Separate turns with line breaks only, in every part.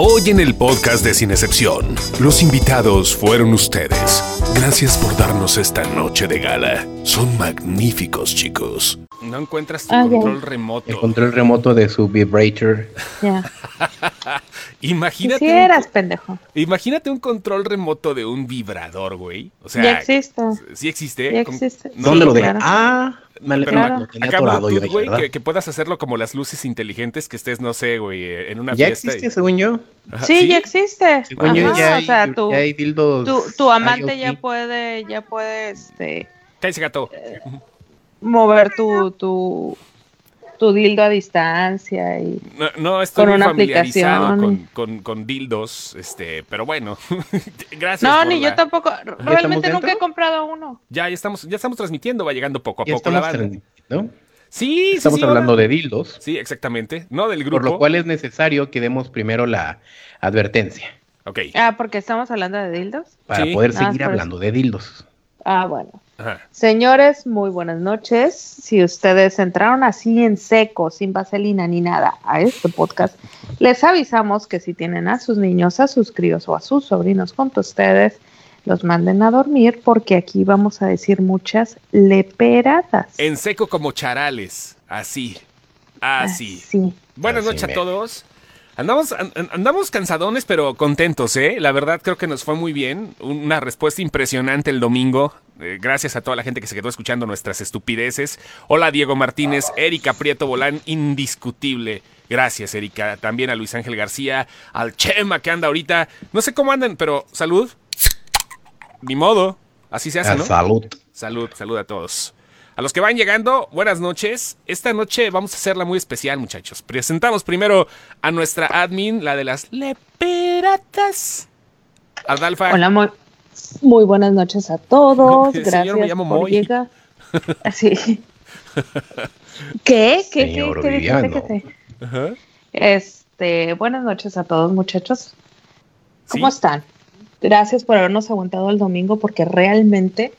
Hoy en el podcast de Sin Excepción, los invitados fueron ustedes. Gracias por darnos esta noche de gala. Son magníficos, chicos.
No encuentras tu
Ah, ya.
control remoto.
El control remoto de su vibrator.
Ya.
Imagínate. un-
Quisieras, pendejo.
Imagínate un control remoto de un vibrador, güey. O sea,
ya existe.
sí existe.
Ya
Con-
existe.
No,
¿Dónde
Sí,
lo dejé?
claro.
Ah, me le-
Pero
lo tenía
Acá
atorado yo
Bluetooth,
ahí,
güey,
¿verdad?
que, que puedas hacerlo como las luces inteligentes que estés, no sé, güey, eh, en una
Ya
fiesta. y-
existe, según yo.
Ajá,
Sí, ya existe.
Según yo,
Ajá,
ya hay,
o sea, tu,
ya hay dildos.
tu, tu amante
IoT.
ya puede, ya puede, este,
Cállese, gato.
Eh, mover tu, tu, tu dildo a distancia y
No, no estoy
Con
muy
una
familiarizado con,
aplicación.
con, con dildos, este, pero bueno. Gracias.
No,
por
ni
la-
yo tampoco. Realmente nunca
dentro?
he comprado uno.
Ya, ya estamos, ya estamos transmitiendo, va llegando poco a
Ya
poco la
estamos
banda.
transmitiendo.
Sí, sí,
Estamos
sí,
hablando
ahora-
de dildos,
Sí, exactamente. No del grupo.
por lo cual es necesario que demos primero la advertencia
Ok.
Ah, porque estamos hablando de dildos.
para
Sí.
poder
Ah,
seguir
por eso.
hablando de dildos.
Ah, bueno.
Ajá.
Señores, muy buenas noches. Si ustedes entraron así en seco, sin vaselina ni nada a este podcast, les avisamos que si tienen a sus niños, a sus críos o a sus sobrinos con ustedes, los manden a dormir porque aquí vamos a decir muchas leperadas.
En seco como charales. Así. Así.
Sí.
Buenas
Así
noches a
mero.
todos. Andamos, an- an- andamos cansadones, pero contentos, ¿eh? La verdad creo que nos fue muy bien. Una respuesta impresionante el domingo. Eh, gracias a toda la gente que se quedó escuchando nuestras estupideces. Hola Diego Martínez, Erika Prieto Bolán, indiscutible. Gracias Erika. También a Luis Ángel García, al Chema que anda ahorita. No sé cómo andan, pero salud. Ni modo. Así se hace,
A
¿no?
salud.
Salud, salud a todos. A los que van llegando, buenas noches. Esta noche vamos a hacerla muy especial, muchachos. Presentamos primero a nuestra admin, la de las leperatas. Adalfa.
Hola, muy, muy buenas noches a todos.
Señor, me
Gracias
llamo
por
Moy.
llegar. Así. ¿Qué? ¿Qué? ¿Qué?
Señor
¿Qué dijiste
Viviano.
que te-
Ajá.
Este, buenas noches a todos, muchachos. ¿Cómo
Sí.
están? Gracias por habernos aguantado el domingo porque realmente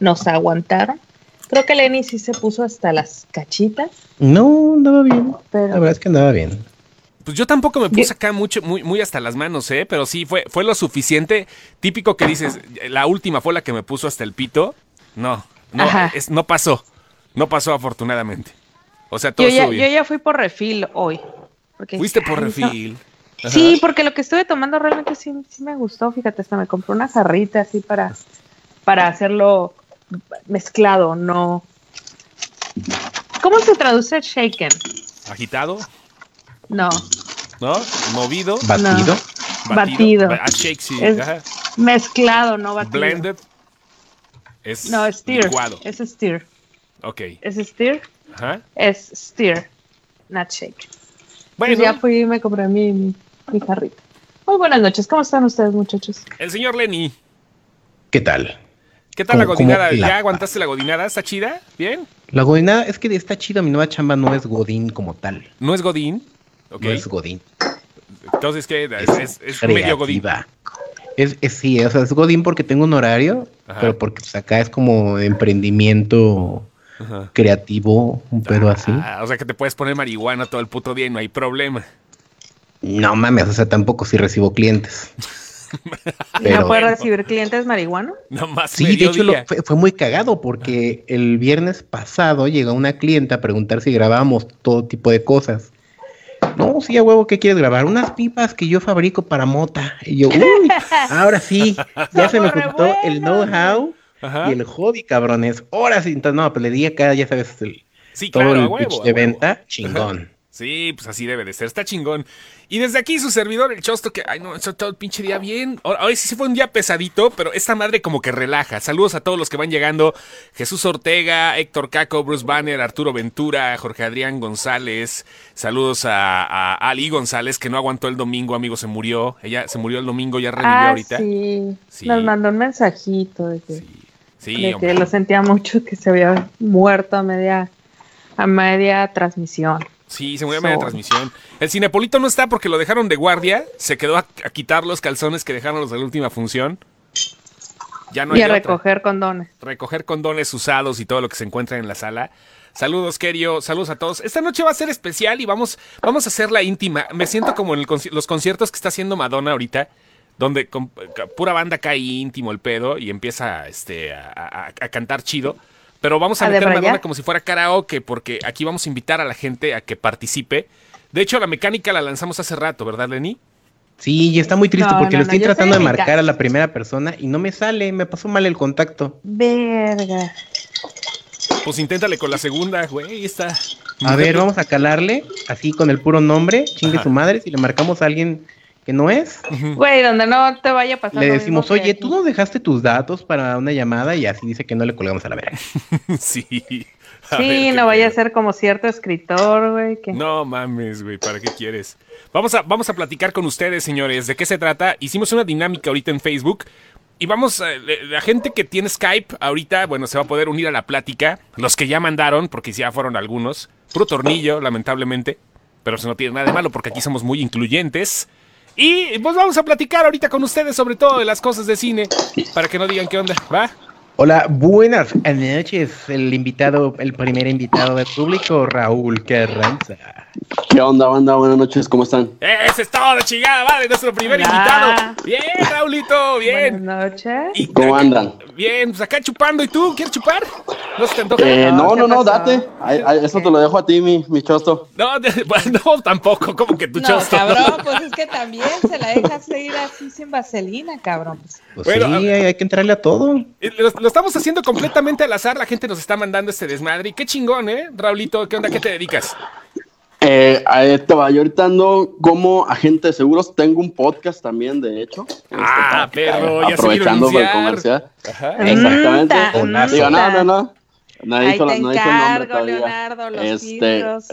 nos aguantaron. Creo que Lenny sí se puso hasta las cachitas,
No, andaba bien. La
pero
verdad es que andaba bien.
Pues yo tampoco me
Yo-
puse acá mucho, muy, muy hasta las manos, ¿eh? Pero sí, fue, fue lo suficiente. Típico que dices, la última fue la que me puso hasta el pito. No, no,
Ajá.
es- no pasó. No pasó afortunadamente. O sea, todo
yo ya,
estuvo
yo
bien.
ya fui por refil hoy. porque-
Fuiste
Ay,
por
no.
refil. Ajá.
Sí, porque lo que estuve tomando realmente sí, sí me gustó. Fíjate, hasta me compré una jarrita así para, para hacerlo mezclado, no. ¿Cómo se traduce shaken?
Agitado,
No,
¿no? Movido.
Batido.
Batido.
ba- ah, shake, sí,
Es-
ajá.
mezclado, no batido.
Blended. Es
No, stir.
licuado.
Es stir.
Ok.
Es stir.
Ajá.
Es stir, not shake. Pues
Bueno,
Ya fui y me compré mi, mi, mi jarrita. Muy buenas noches. ¿Cómo están ustedes, muchachos?
el señor Lenny.
¿Qué tal?
¿Qué tal la
Como- como
godinada?
la-
¿Ya aguantaste la godinada? ¿Está chida? ¿Bien?
La godinada es que está chida. Mi nueva chamba no es godín como tal.
¿No es godín? Ok.
No es godín.
Entonces, ¿qué? Es, es- es medio godín.
creativa. Es, es- sí, o sea, es Godín porque tengo un horario,
Ajá.
pero porque pues, acá es como emprendimiento
Ajá.
creativo, un pedo así.
Ah, o sea que te puedes poner marihuana todo el puto día y no hay problema.
No mames, o sea, tampoco si recibo clientes.
¿No
Pero-
puedes recibir clientes marihuano?
Nomás
Sí, de hecho lo- fue, fue muy cagado porque el viernes pasado llegó una clienta a preguntar si grabábamos todo tipo de cosas. No, sí, a huevo, ¿qué quieres grabar? Unas pipas que yo fabrico para mota. Y yo, uy, ahora sí, ya se me
Somos re
juntó el
buenos.
know-how
Ajá.
Y el hobby, cabrones. Ahora sí, entonces, no, pues le di acá, ya sabes, el-
Sí,
todo
claro,
el
a huevo,
pitch
a
de
huevo.
venta, chingón.
Sí, pues así debe de ser, está chingón. Y desde aquí su servidor, el Chosto, que, ay no, eso todo el pinche día bien. Ahora ahora sí se fue un día pesadito, pero esta madre como que relaja. Saludos a todos los que van llegando. Jesús Ortega, Héctor Caco, Bruce Banner, Arturo Ventura, Jorge Adrián González. Saludos a, a Ali González, que no aguantó el domingo, amigo, se murió. Ella se murió el domingo, ya revivió
Ah,
ahorita.
sí.
Sí.
Nos mandó un mensajito de que,
Sí, sí,
de
hombre.
que lo sentía mucho que se había muerto a media, a media transmisión.
Sí, se murió a media
So-
transmisión. El Cinepolito no está porque lo dejaron de guardia. Se quedó a, a quitar los calzones que dejaron los de la última función. Ya
y
no hay
a
otra.
recoger condones.
recoger condones usados y todo lo que se encuentra en la sala. Saludos, Kerio. Saludos a todos. Esta noche va a ser especial y vamos, vamos a hacerla íntima. Me siento como en el conci- los conciertos que está haciendo Madonna ahorita, donde con- ca- pura banda cae íntimo el pedo y empieza este, a, a- a cantar chido. Pero vamos a,
¿A
meter
debrayar?
Madonna como si fuera karaoke, porque aquí vamos a invitar a la gente a que participe. De hecho, la mecánica la lanzamos hace rato, ¿verdad, Lenny?
Sí, y está muy triste
No,
porque
no,
lo
no,
estoy
yo
tratando de
estoy en mi
marcar
casa.
a la primera persona y no me sale, me pasó mal el contacto.
Verga.
Pues inténtale con la segunda, güey. Está.
A ver, vamos a calarle así con el puro nombre, chingue su madre, si le marcamos a alguien que no es,
Güey, donde no te vaya a pasar.
le
lo mismo
decimos,
que
oye,
aquí".
tú no dejaste tus datos para una llamada y así dice que no le colgamos a la verga.
sí. A
Sí,
ver,
no
qué
vaya a
pedo.
ser como cierto escritor, güey. Que...
No mames, güey, ¿para qué quieres? Vamos a, vamos a platicar con ustedes, señores, de qué se trata. Hicimos una dinámica ahorita en Facebook. Y vamos, eh, le- la gente que tiene Skype ahorita, bueno, se va a poder unir a la plática. Los que ya mandaron, porque ya fueron algunos. Puro tornillo, lamentablemente. Pero eso no tiene nada de malo porque aquí somos muy incluyentes. Y pues vamos a platicar ahorita con ustedes sobre todo de las cosas de cine. Para que no digan qué onda, ¿va?
Hola, buenas noches, el invitado, el primer invitado del público, Raúl Carranza.
¿Qué onda, banda? Buenas noches, ¿cómo están?
Ese es todo, chingada, vale, nuestro primer
Ya.
invitado. Bien, Raulito, bien.
Buenas noches.
Y
¿Cómo
acá-
andan?
Bien, pues acá chupando. ¿Y tú? ¿Quieres chupar? ¿No se te antoja?
Eh,
no,
no,
¿qué
no,
pasó?
no, date. Ay, ay, eso te lo dejo a ti, mi, mi chosto.
No, de- bueno, no, tampoco. Como que tu
no,
chosto. ¿no?
cabrón, pues es que también se la dejas ir así sin vaselina, cabrón. Pues,
Pues
Bueno, a
sí,
ver.
hay, hay que entrarle a todo.
Eh, Lo, lo estamos haciendo completamente al azar. La gente nos está mandando este desmadre. Y qué chingón, ¿eh? Raulito, ¿qué onda? ¿Qué te dedicas?
Este,
Eh, ahí te va, yo ahorita ando como agente de seguros. Tengo un podcast también, de hecho.
Ah,
Este, para-
perro, ya se vino a
Aprovechando
anunciar.
para comercial.
Ajá.
Exactamente.
Mm,
Digo, no,
ta.
no, no. No
ahí te
dijo, la- no dijo el nombre
encargo,
todavía.
Leonardo, los
Este,
filtros.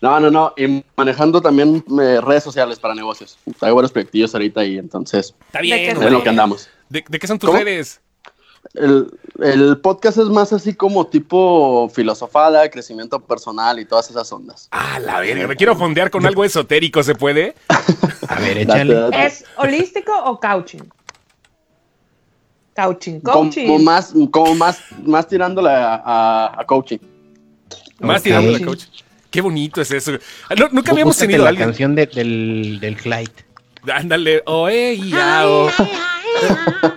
No, no, no. Y manejando también eh, redes sociales para negocios. Hay varios proyectillos ahorita y entonces
Está
¿De qué
bien,
se
es
güey.
lo que andamos.
¿De, de qué son tus
¿Cómo?
redes?
El, el podcast es más así como tipo filosofada, crecimiento personal y todas esas ondas.
Ah, la verga. Me quiero fondear con algo esotérico, ¿se puede?
A ver,
Date,
échale.
date.
¿Es holístico o couching? Couching,
Como,
coaching.
como más, como más, más tirándole a, a- a coaching.
Más
Ok.
tirando la coach. Qué bonito es eso. Ah, no, nunca habíamos
Búscate
tenido a
la
alguien.
canción de- del, del Clyde.
Ándale, oe y ao.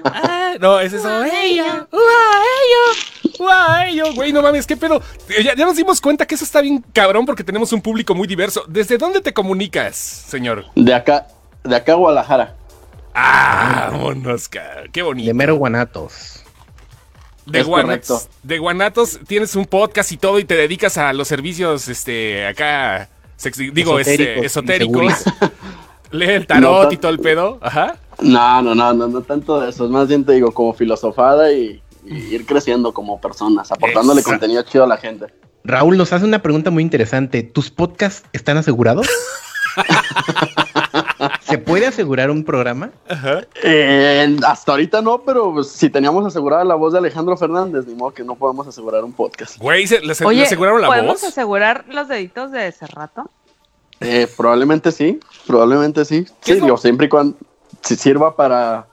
Ah, No, ese es oe y ao. Ua, ello. Ua, ello. Güey, no mames, qué pedo. Eh, Ya, ya nos dimos cuenta que eso está bien cabrón porque tenemos un público muy diverso. ¿Desde dónde te comunicas, señor?
De acá, de acá a Guadalajara.
Ah, vámonos, ca- Qué
De
bonito.
mero guanatos.
De
es
Guanatos.
correcto.
De Guanatos tienes un podcast y todo y te dedicas a los servicios, este, acá, sexy- digo, este,
Esotéricos y
esotéricos. Lee el tarot
No,
y todo el pedo. Ajá.
No, no, no, no, no tanto de eso. Es más bien te digo, como filosofada y, y ir creciendo como personas, aportándole
Exacto.
contenido chido a la gente.
Raúl nos hace una pregunta muy interesante. ¿Tus podcasts están asegurados? ¿Se puede asegurar un programa?
Eh, hasta ahorita no, pero pues, si teníamos asegurada la voz de Alejandro Fernández, ni modo que no podemos asegurar un podcast.
Güey, ¿se, le, se- le
Oye,
aseguraron la
¿podemos
voz?
asegurar los deditos de ese rato?
Eh, probablemente sí, probablemente sí.
¿Qué
Sí,
es lo-
digo, siempre y cuando si sirva para,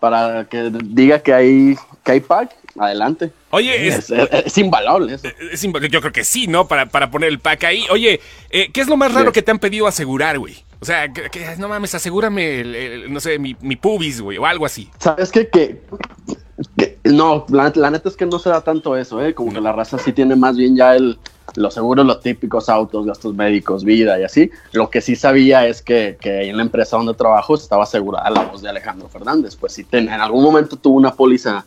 para que diga que hay, que hay pack, adelante.
Oye, es-
Es, es- es invaluable eso.
Es impo- yo creo que sí, ¿no? Para, para poner el pack ahí. Oye, eh, ¿qué es lo más raro
Sí.
que te han pedido asegurar, güey? O sea, que, que, no mames, asegúrame, el- el- no sé, mi, mi pubis, güey, o algo así.
¿Sabes qué? Que, que- no, la, la neta es que no se da tanto eso, ¿eh? Como que la raza sí tiene más bien ya el, los seguros, los típicos autos, gastos médicos, vida y así. Lo que sí sabía es que, que en la empresa donde trabajo estaba asegurada la voz de Alejandro Fernández. Pues sí, ten- en algún momento tuvo una póliza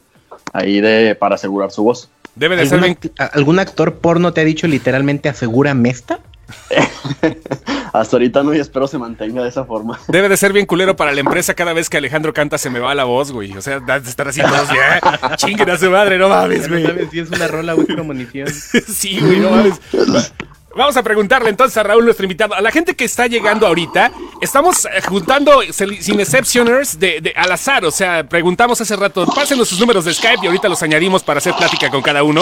ahí de, para asegurar su voz.
Debe de ser
¿Algún,
bien.
act- a- algún actor porno te ha dicho literalmente asegúrame esta?
Hasta ahorita no y espero se mantenga de esa forma.
Debe de ser bien culero para la empresa cada vez que Alejandro canta se me va la voz, güey. O sea, da- de estar así todos, ya. Chinguen a su madre, no mames, güey.
si es una rola o una premonición.
Sí, güey, no mames. Vamos a preguntarle entonces a Raúl, nuestro invitado. A la gente que está llegando ahorita, estamos eh, juntando cel- sin exceptioners de, de- al azar. O sea, preguntamos hace rato, pásenos sus números de Skype y ahorita los añadimos para hacer plática con cada uno.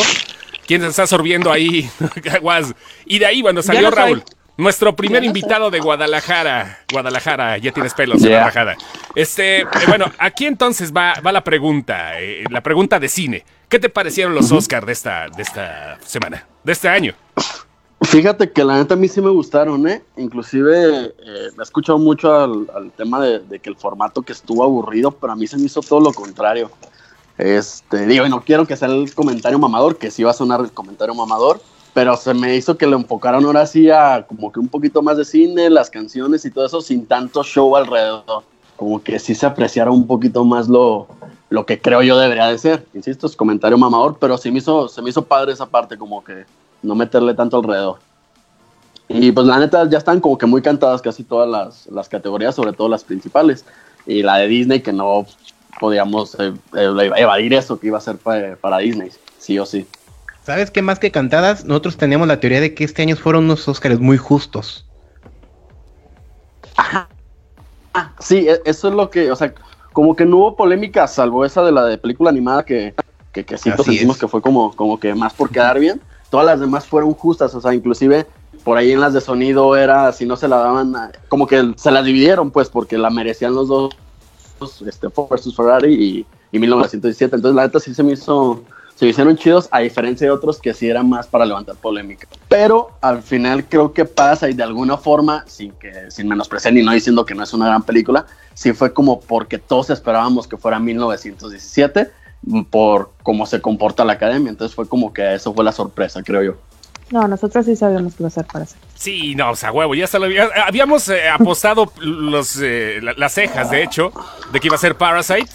¿Quién se está sorbiendo ahí? Aguas. y de ahí, bueno, salió
no soy.
Raúl. Nuestro primer invitado de Guadalajara. Guadalajara, ya tienes pelos,
Yeah.
Guadalajara. Este, eh, bueno, aquí entonces va, va la pregunta, eh, la pregunta de cine. ¿Qué te parecieron los Oscars de esta, de esta semana, de este año?
Fíjate que la neta a mí sí me gustaron, ¿eh? Inclusive eh, me he escuchado mucho al, al tema de, de que el formato que estuvo aburrido, pero a mí se me hizo todo lo contrario. Este, digo, y no quiero que sea el comentario mamador, que sí va a sonar el comentario mamador, pero se me hizo que lo enfocaron ahora sí a como que un poquito más de cine, las canciones y todo eso, sin tanto show alrededor. Como que sí se apreciara un poquito más lo, lo que creo yo debería de ser. Insisto, es comentario mamador, pero sí me hizo, se me hizo padre esa parte, como que no meterle tanto alrededor. Y pues la neta ya están como que muy cantadas casi todas las, las categorías, sobre todo las principales. Y la de Disney que no podíamos eh, eh, evadir eso que iba a ser pa- para Disney, sí o sí.
¿Sabes qué? Más que cantadas, nosotros teníamos la teoría de que este año fueron unos Óscares muy justos.
Ah, sí, e- eso es lo que, o sea, como que no hubo polémica, salvo esa de la de película animada que, que, que sí
Así
pues, sentimos
es.
que fue como, como que más por quedar bien. Todas las demás fueron justas, o sea, inclusive por ahí en las de sonido era, si no se la daban, a- como que se la dividieron, pues, porque la merecían los dos, este, Ford versus Ferrari y, y 1917. Entonces, la neta sí se me hizo, se me hicieron chidos, a diferencia de otros que sí eran más para levantar polémica. Pero al final creo que pasa y de alguna forma, sin, que, sin menospreciar ni no diciendo que no es una gran película, sí fue como porque todos esperábamos que fuera 1917 mm, por cómo se comporta la academia. Entonces fue como que eso fue la sorpresa, creo yo.
No, nosotros sí sabíamos que iba a ser para hacer.
Sí, no, o sea, huevo, ya se lo había- habíamos eh, apostado los, eh, la- las cejas, de hecho, de que iba a ser Parasite.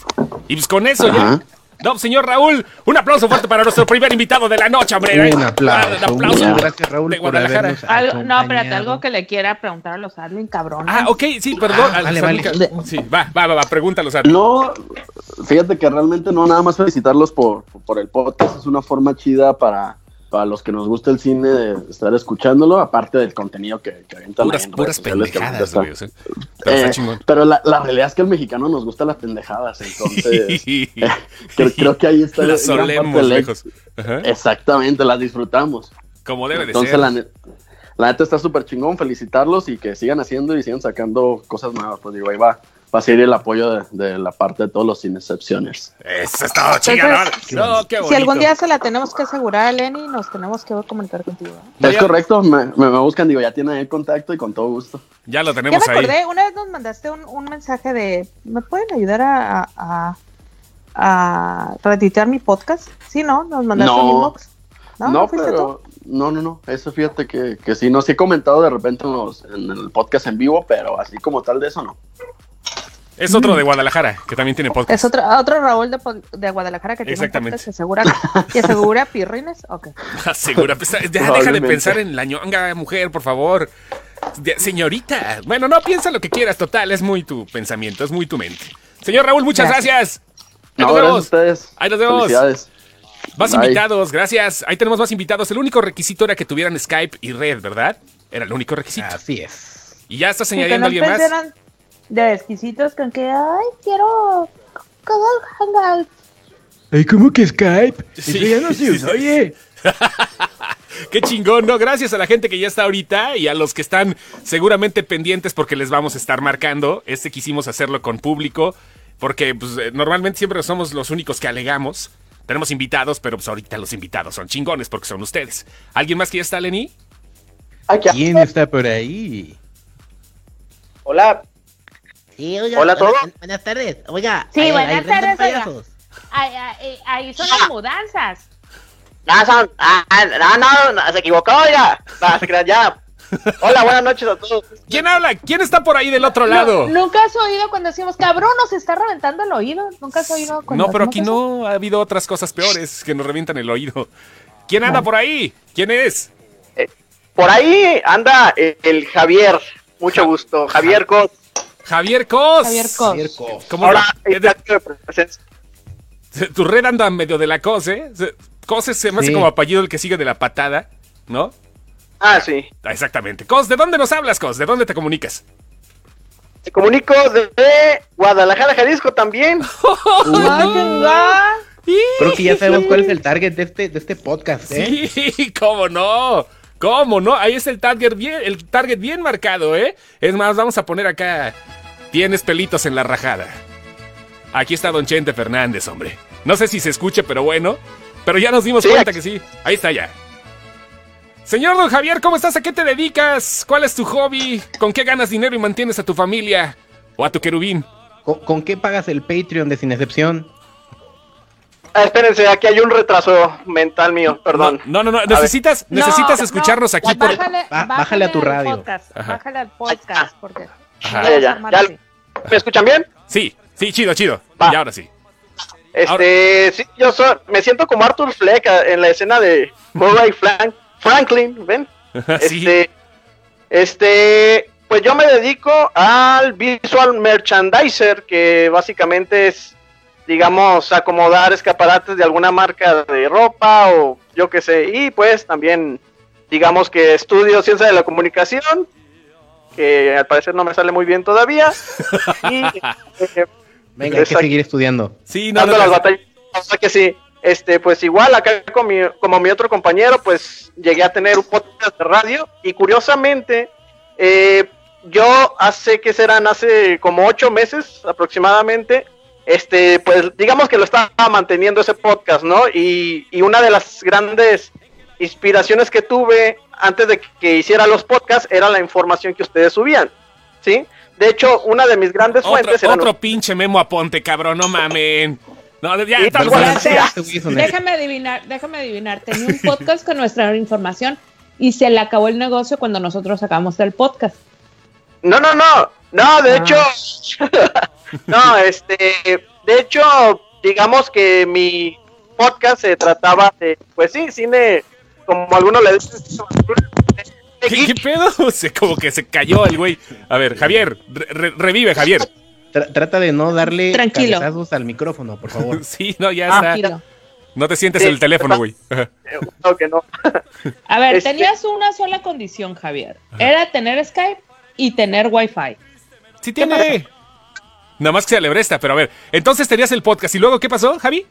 Y pues con eso ya.
Ajá.
No, señor Raúl, un aplauso fuerte para nuestro primer invitado de la noche, hombre.
Un aplauso.
Un aplauso.
Ya.
Gracias, Raúl,
de
por
Guadalajara.
habernos
Algo- no, espérate,
acompañado.
algo que le quiera preguntar a los admin, cabrón.
Ah, ok, sí, perdón.
Ah, vale,
Alejandro,
vale.
Sí, va, va, va, va, pregúntalo, Sara.
No, fíjate que realmente no, nada más felicitarlos por, por el podcast. Es una forma chida para, para los que nos gusta el cine de estar escuchándolo, aparte del contenido que, que avientan.
Puras,
ahí en redes
puras
sociales, que ahorita
pendejadas,
está-
güey. o sea, pero está
Eh,
chingón.
pero la, la realidad es que al mexicano nos gustan las pendejadas, entonces creo, creo que ahí está
Las
gran parte
solemos
del
lejos.
éxito.
Ajá,
Exactamente, las disfrutamos.
Como debe de
Entonces
ser.
la, ne- la neta está súper chingón, felicitarlos y que sigan haciendo y sigan sacando cosas nuevas. Pues digo, ahí va, va a seguir el apoyo de, de la parte de todos los sin excepciones.
Eso es todo, chingada.
Entonces,
No, oh, qué
si algún
bonito.
día se la tenemos que asegurar, Lenny, nos tenemos que comunicar contigo. ¿eh?
Voy
Es
a-
correcto, me, me- me buscan, digo, ya tienen ahí el contacto y con todo gusto.
Ya lo
Ya
tenemos
me
ahí.
acordé, una vez nos mandaste un, un mensaje de, ¿me pueden ayudar a, a, a- a retuitear mi podcast? Sí, ¿no? Nos mandaste
No.
un inbox. No,
No,
¿No fuiste tú?
pero no, no, no, eso fíjate que, que sí, no, sí he comentado de repente en, los- en el podcast en vivo, pero así como tal de eso no.
Es otro de Guadalajara, que también tiene podcast.
Es otro, otro Raúl de, Pol- de Guadalajara que tiene un
Exactamente.
podcast que asegura, que asegura pirrines. Ok.
Asegura, pues, ya deja de
Probablemente.
pensar en la ñonga, mujer, por favor. De- señorita, bueno, no piensa lo que quieras, total, es muy tu pensamiento, es muy tu mente. Señor Raúl, muchas gracias. Ahí nos
No, gracias a
vemos.
ustedes.
Ahí nos vemos.
Felicidades.
Más
Bye.
invitados, gracias. Ahí tenemos más invitados. El único requisito era que tuvieran Skype y red, ¿verdad? Era el único requisito.
Así es.
y ya estás
Y que
añadiendo
no
a alguien más.
empezaran de exquisitos con que, ay, quiero Google Hangout.
Ay, ¿cómo que Skype?
Sí. Eso ya no se usa,
oye.
Qué chingón, ¿no? Gracias a la gente que ya está ahorita y a los que están seguramente pendientes porque les vamos a estar marcando. Este quisimos hacerlo con público porque pues, eh, normalmente siempre somos los únicos que alegamos. Tenemos invitados, pero pues ahorita los invitados son chingones porque son ustedes. ¿Alguien más que ya está, Lenny?
¿Quién está por ahí?
Hola,
Sí, oiga,
Hola a todos.
buenas- Buenas tardes. Oiga.
Sí, buenas
rentan
tardes, oiga.
payasos.
Ahí, ahí- ahí son las mudanzas.
nada, son- ah, ah, no, no, no, se equivocó, ya. No, se crean, ya. Hola, buenas noches a todos.
¿Quién habla? ¿Quién está por ahí del otro
No,
lado? No,
Nunca has oído cuando decimos, cabrón, nos está reventando el oído. Nunca has oído cuando
pero
hacemos
aquí
eso?
no ha habido otras cosas peores que nos revientan el oído. ¿Quién anda por ahí? ¿Quién es?
Eh, Por ahí anda eh, el Javier, mucho gusto. Javier Cos.
Javier Cos.
Javier Cos.
¿Cómo
Ahora,
se-
está acto de presencia.
Se- Tu red anda medio de la cose. ¿eh? Se- Cose se me hace
Sí.
como apellido el que sigue de la patada, ¿no?
Ah, sí.
Ah, Exactamente. Cos, ¿de dónde nos hablas, Cos? ¿De dónde te comunicas?
Te comunico desde Guadalajara, Jalisco también. Uh.
Ah, chingada.
Creo que ya sabemos cuál es el target de este, de este podcast, ¿eh?
Sí, cómo no. ¿Cómo no? Ahí está el target bien, el target bien marcado, ¿eh? Es más, vamos a poner acá. Tienes pelitos en la rajada. Aquí está Don Chente Fernández, hombre. No sé si se escuche, pero bueno. Pero ya nos dimos
Sí,
cuenta
aquí-
que sí. Ahí está ya. Señor don Javier, ¿cómo estás? ¿A qué te dedicas? ¿Cuál es tu hobby? ¿Con qué ganas dinero y mantienes a tu familia? ¿O a tu querubín?
¿Con, con qué pagas el Patreon de Sin Excepción?
Ah, espérense, aquí hay un retraso mental mío, perdón.
No, no, no, necesitas, necesitas escucharnos aquí por...
Bájale,
Ba- bájale a tu
al
radio.
podcast,
Ajá.
bájale al
Ah.
podcast. Porque
Ajá.
Ya, ya, ya.
Vamos a armarte.
¿Me escuchan bien?
Sí, sí, chido, chido.
Va.
Y ahora sí.
Este, sí, yo soy, me siento como Arthur Fleck ah, en la escena de Murray Frank, Franklin, ¿ven?
Sí.
Este, este, pues yo me dedico al visual merchandiser, que básicamente es, digamos, acomodar escaparates de alguna marca de ropa o yo qué sé. Y pues también, digamos que estudio ciencia de la comunicación, que al parecer no me sale muy bien todavía. Y, eh,
Venga, hay que
Exacto.
seguir estudiando.
Sí, no,
dando
no,
las
no.
batallas. O sea que sí, este, pues igual acá con mi- como mi otro compañero, pues llegué a tener un podcast de radio y curiosamente, eh, yo hace que serán, hace como ocho meses aproximadamente, este, pues digamos que lo estaba manteniendo ese podcast, ¿no? Y, y una de las grandes inspiraciones que tuve antes de que hiciera los podcasts era la información que ustedes subían, ¿sí? De hecho, una de mis grandes
Otro,
fuentes era...
otro pinche memo aponte, cabrón, no mamen. No, pues, ya,
Sí,
tal
pero
cual.
bueno,
sí, este güey es honesto.
Déjame adivinar, déjame adivinar. Tenía un podcast con nuestra información y se le acabó el negocio cuando nosotros sacamos el podcast.
No, no, no. No, de
Ah.
hecho. no, este. De hecho, digamos que mi podcast se trataba de, pues sí, cine, como algunos le dicen,
¿Qué,
de
qué
geek.
pedo? Se, como que se cayó el güey. A ver, Javier, re- re- revive, Javier.
Tra- trata de no darle
Tranquilo.
cabezazos al micrófono, por favor.
Sí, no, ya
Ah,
está.
Tranquilo.
No te sientes
Sí,
en el teléfono, güey. Ajá.
Eh, claro que no.
A ver,
Este-
tenías una sola condición, Javier. Era tener Skype y tener Wi-Fi.
Sí tiene. Nada más que se le presta, pero a ver. Entonces tenías el podcast. ¿Y luego qué pasó, Javi?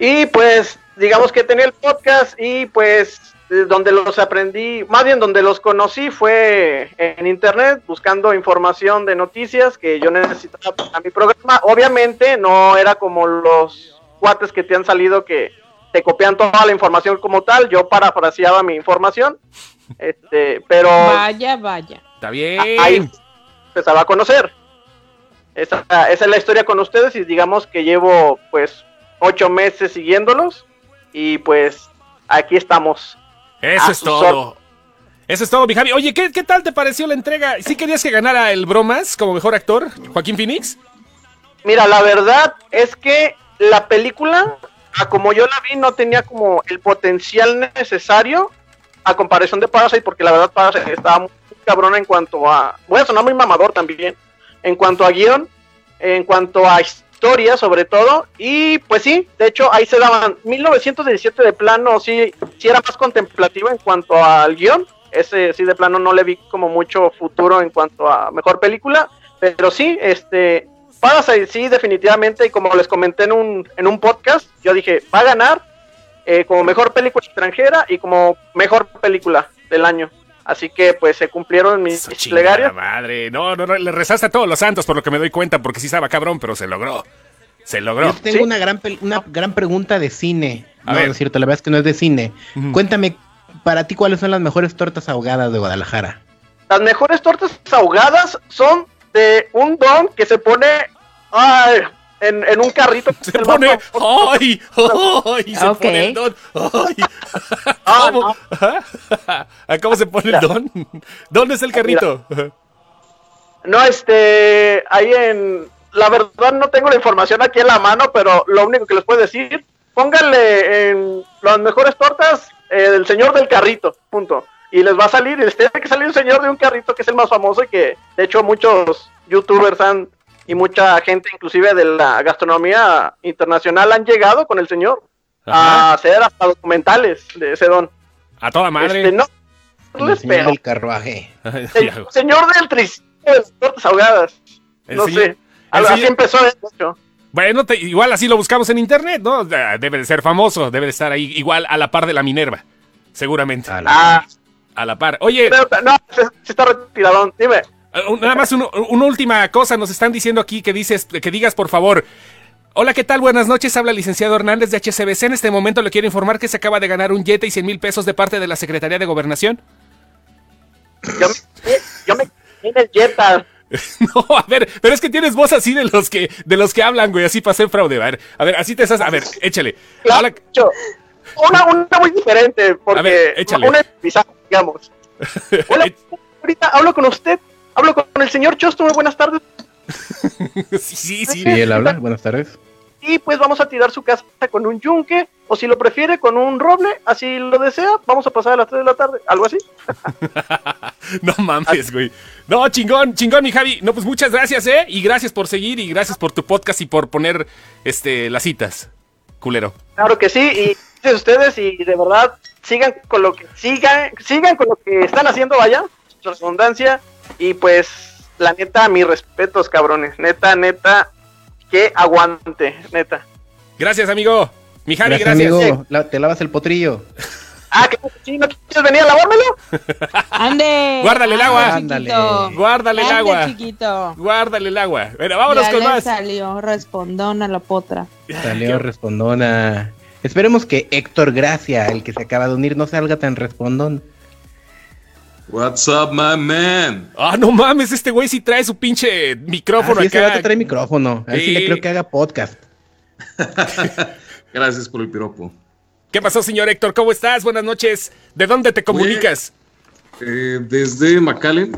Y pues, digamos que tenía el podcast y pues eh, donde los aprendí, más bien donde los conocí fue en internet buscando información de noticias que yo necesitaba para mi programa. Obviamente no era como los cuates que te han salido que te copian toda la información como tal, yo parafraseaba mi información, este, pero
Vaya, vaya.
Está
Ah, ahí
bien.
empezaba a conocer. Esa, esa es la historia con ustedes y digamos que llevo pues ocho meses siguiéndolos y pues aquí estamos.
Eso
a
es
sus
todo. Eso es todo, mi Javi. Oye, ¿qué, qué tal te pareció la entrega? ¿Sí querías que ganara el Bromas como mejor actor, Joaquín Phoenix?
Mira, la verdad es que la película, a como yo la vi, no tenía como el potencial necesario a comparación de Parasite, porque la verdad Parasite estaba muy cabrona en cuanto a... Voy a sonar muy mamador también, en cuanto a guión, en cuanto a historia sobre todo, y pues sí, de hecho ahí se daban 1917 de plano, sí, sí era más contemplativo en cuanto al guión, ese sí de plano no le vi como mucho futuro en cuanto a mejor película, pero sí, este, Parasite sí, definitivamente, y como les comenté en un, en un podcast, yo dije, va a ganar eh, como mejor película extranjera y como mejor película del año. Así que pues se cumplieron mis
Su
mis
chingada
plegarias.
madre. No, no, no, le rezaste a todos los santos por lo que me doy cuenta, porque sí estaba cabrón, pero se logró. Se logró.
Yo tengo
¿Sí?
una, gran pel- una gran pregunta de cine.
A
no,
ver.
no es cierto, la verdad es que no es de cine.
Ujú.
Cuéntame, para ti, ¿cuáles son las mejores tortas ahogadas de Guadalajara?
Las mejores tortas ahogadas son de un don que se pone ay, en, en un carrito.
Se pone. ¡Ay! ¡Ay! Se
Ok.
pone el don. ¡Ay! ¿Cómo? ¿Ah? ¿Cómo se pone el don? ¿Dónde es el
Ah,
carrito?
No, este, ahí en... La verdad no tengo la información aquí en la mano, pero lo único que les puedo decir, pónganle en las mejores tortas eh, del señor del carrito, punto. Y les va a salir, y les tiene que salir un señor de un carrito que es el más famoso y que de hecho muchos youtubers han, y mucha gente inclusive de la gastronomía internacional han llegado con el señor
Ajá.
a hacer hasta documentales de ese don.
A toda madre.
Este, no,
El
les
señor
pero
del carruaje.
Ya,
el
güey.
señor del triciclo de las tortas ahogadas.
El
no
señor-
sé. Algo
el
así
señor-
empezó ¿eh? de hecho.
Bueno, te- igual así lo buscamos en internet, ¿no? Da- Debe de ser famoso, debe de estar ahí igual a la par de la Minerva, seguramente.
A la-
Ah,
A la par. Oye, Ah,
pero, no, se, se está retiradón. Dime.
eh, un- nada más uno- una última cosa nos están diciendo aquí que dices que digas por favor. Hola, ¿qué tal? Buenas noches. Habla el licenciado Hernández de HCBC. En este momento le quiero informar que se acaba de ganar un jet y 100 mil pesos de parte de la Secretaría de Gobernación.
Yo me, yo me en el Jetta.
No, a ver, pero es que tienes voz así de los que, de los que hablan, güey, así para hacer fraude. A ver, a ver, así te estás. A ver, échale. Hola,
Claro, yo- Una, una muy diferente, porque
A ver, Ah, échale.
una es bizarra, digamos. Hola, ahorita hablo con usted, hablo con el señor Chosto, muy buenas tardes.
sí, sí, sí.
Sí, él habla. Buenas tardes.
Y pues vamos a tirar su casa con un yunque, o si lo prefiere, con un roble, así lo desea, vamos a pasar a las 3 de la tarde, algo así.
No mames, güey. No, chingón, chingón, mi Javi. No, pues muchas gracias, ¿eh? Y gracias por seguir y gracias por tu podcast y por poner este, las citas. Culero.
Claro que sí, y gracias a ustedes, y de verdad, sigan con lo que sigan, sigan con lo que están haciendo, vaya, su redundancia, y pues, la neta, mis respetos, cabrones, neta, neta, que aguante, neta.
Gracias, amigo. Mi Javi,
Gracias,
gracias.
amigo. La- te lavas el potrillo.
Ah, que sí, ¿no quieres venir a lavármelo?
Ande.
Guárdale el agua.
Ándale.
Guárdale el
Ande,
agua.
chiquito.
Guárdale el agua. Bueno, vámonos
Ya
con
le
más.
salió respondón a la potra.
Salió respondona. Esperemos que Héctor Gracia, el que se acaba de unir, no salga tan respondón.
What's up, my man?
Ah, no mames, este güey sí trae su pinche micrófono
Así se va
acá.
a traer micrófono. A ver si
Sí.
le creo que haga podcast.
Gracias por el piropo.
¿Qué pasó, señor Héctor? ¿Cómo estás? Buenas noches. ¿De dónde te comunicas?
Eh, desde McAllen,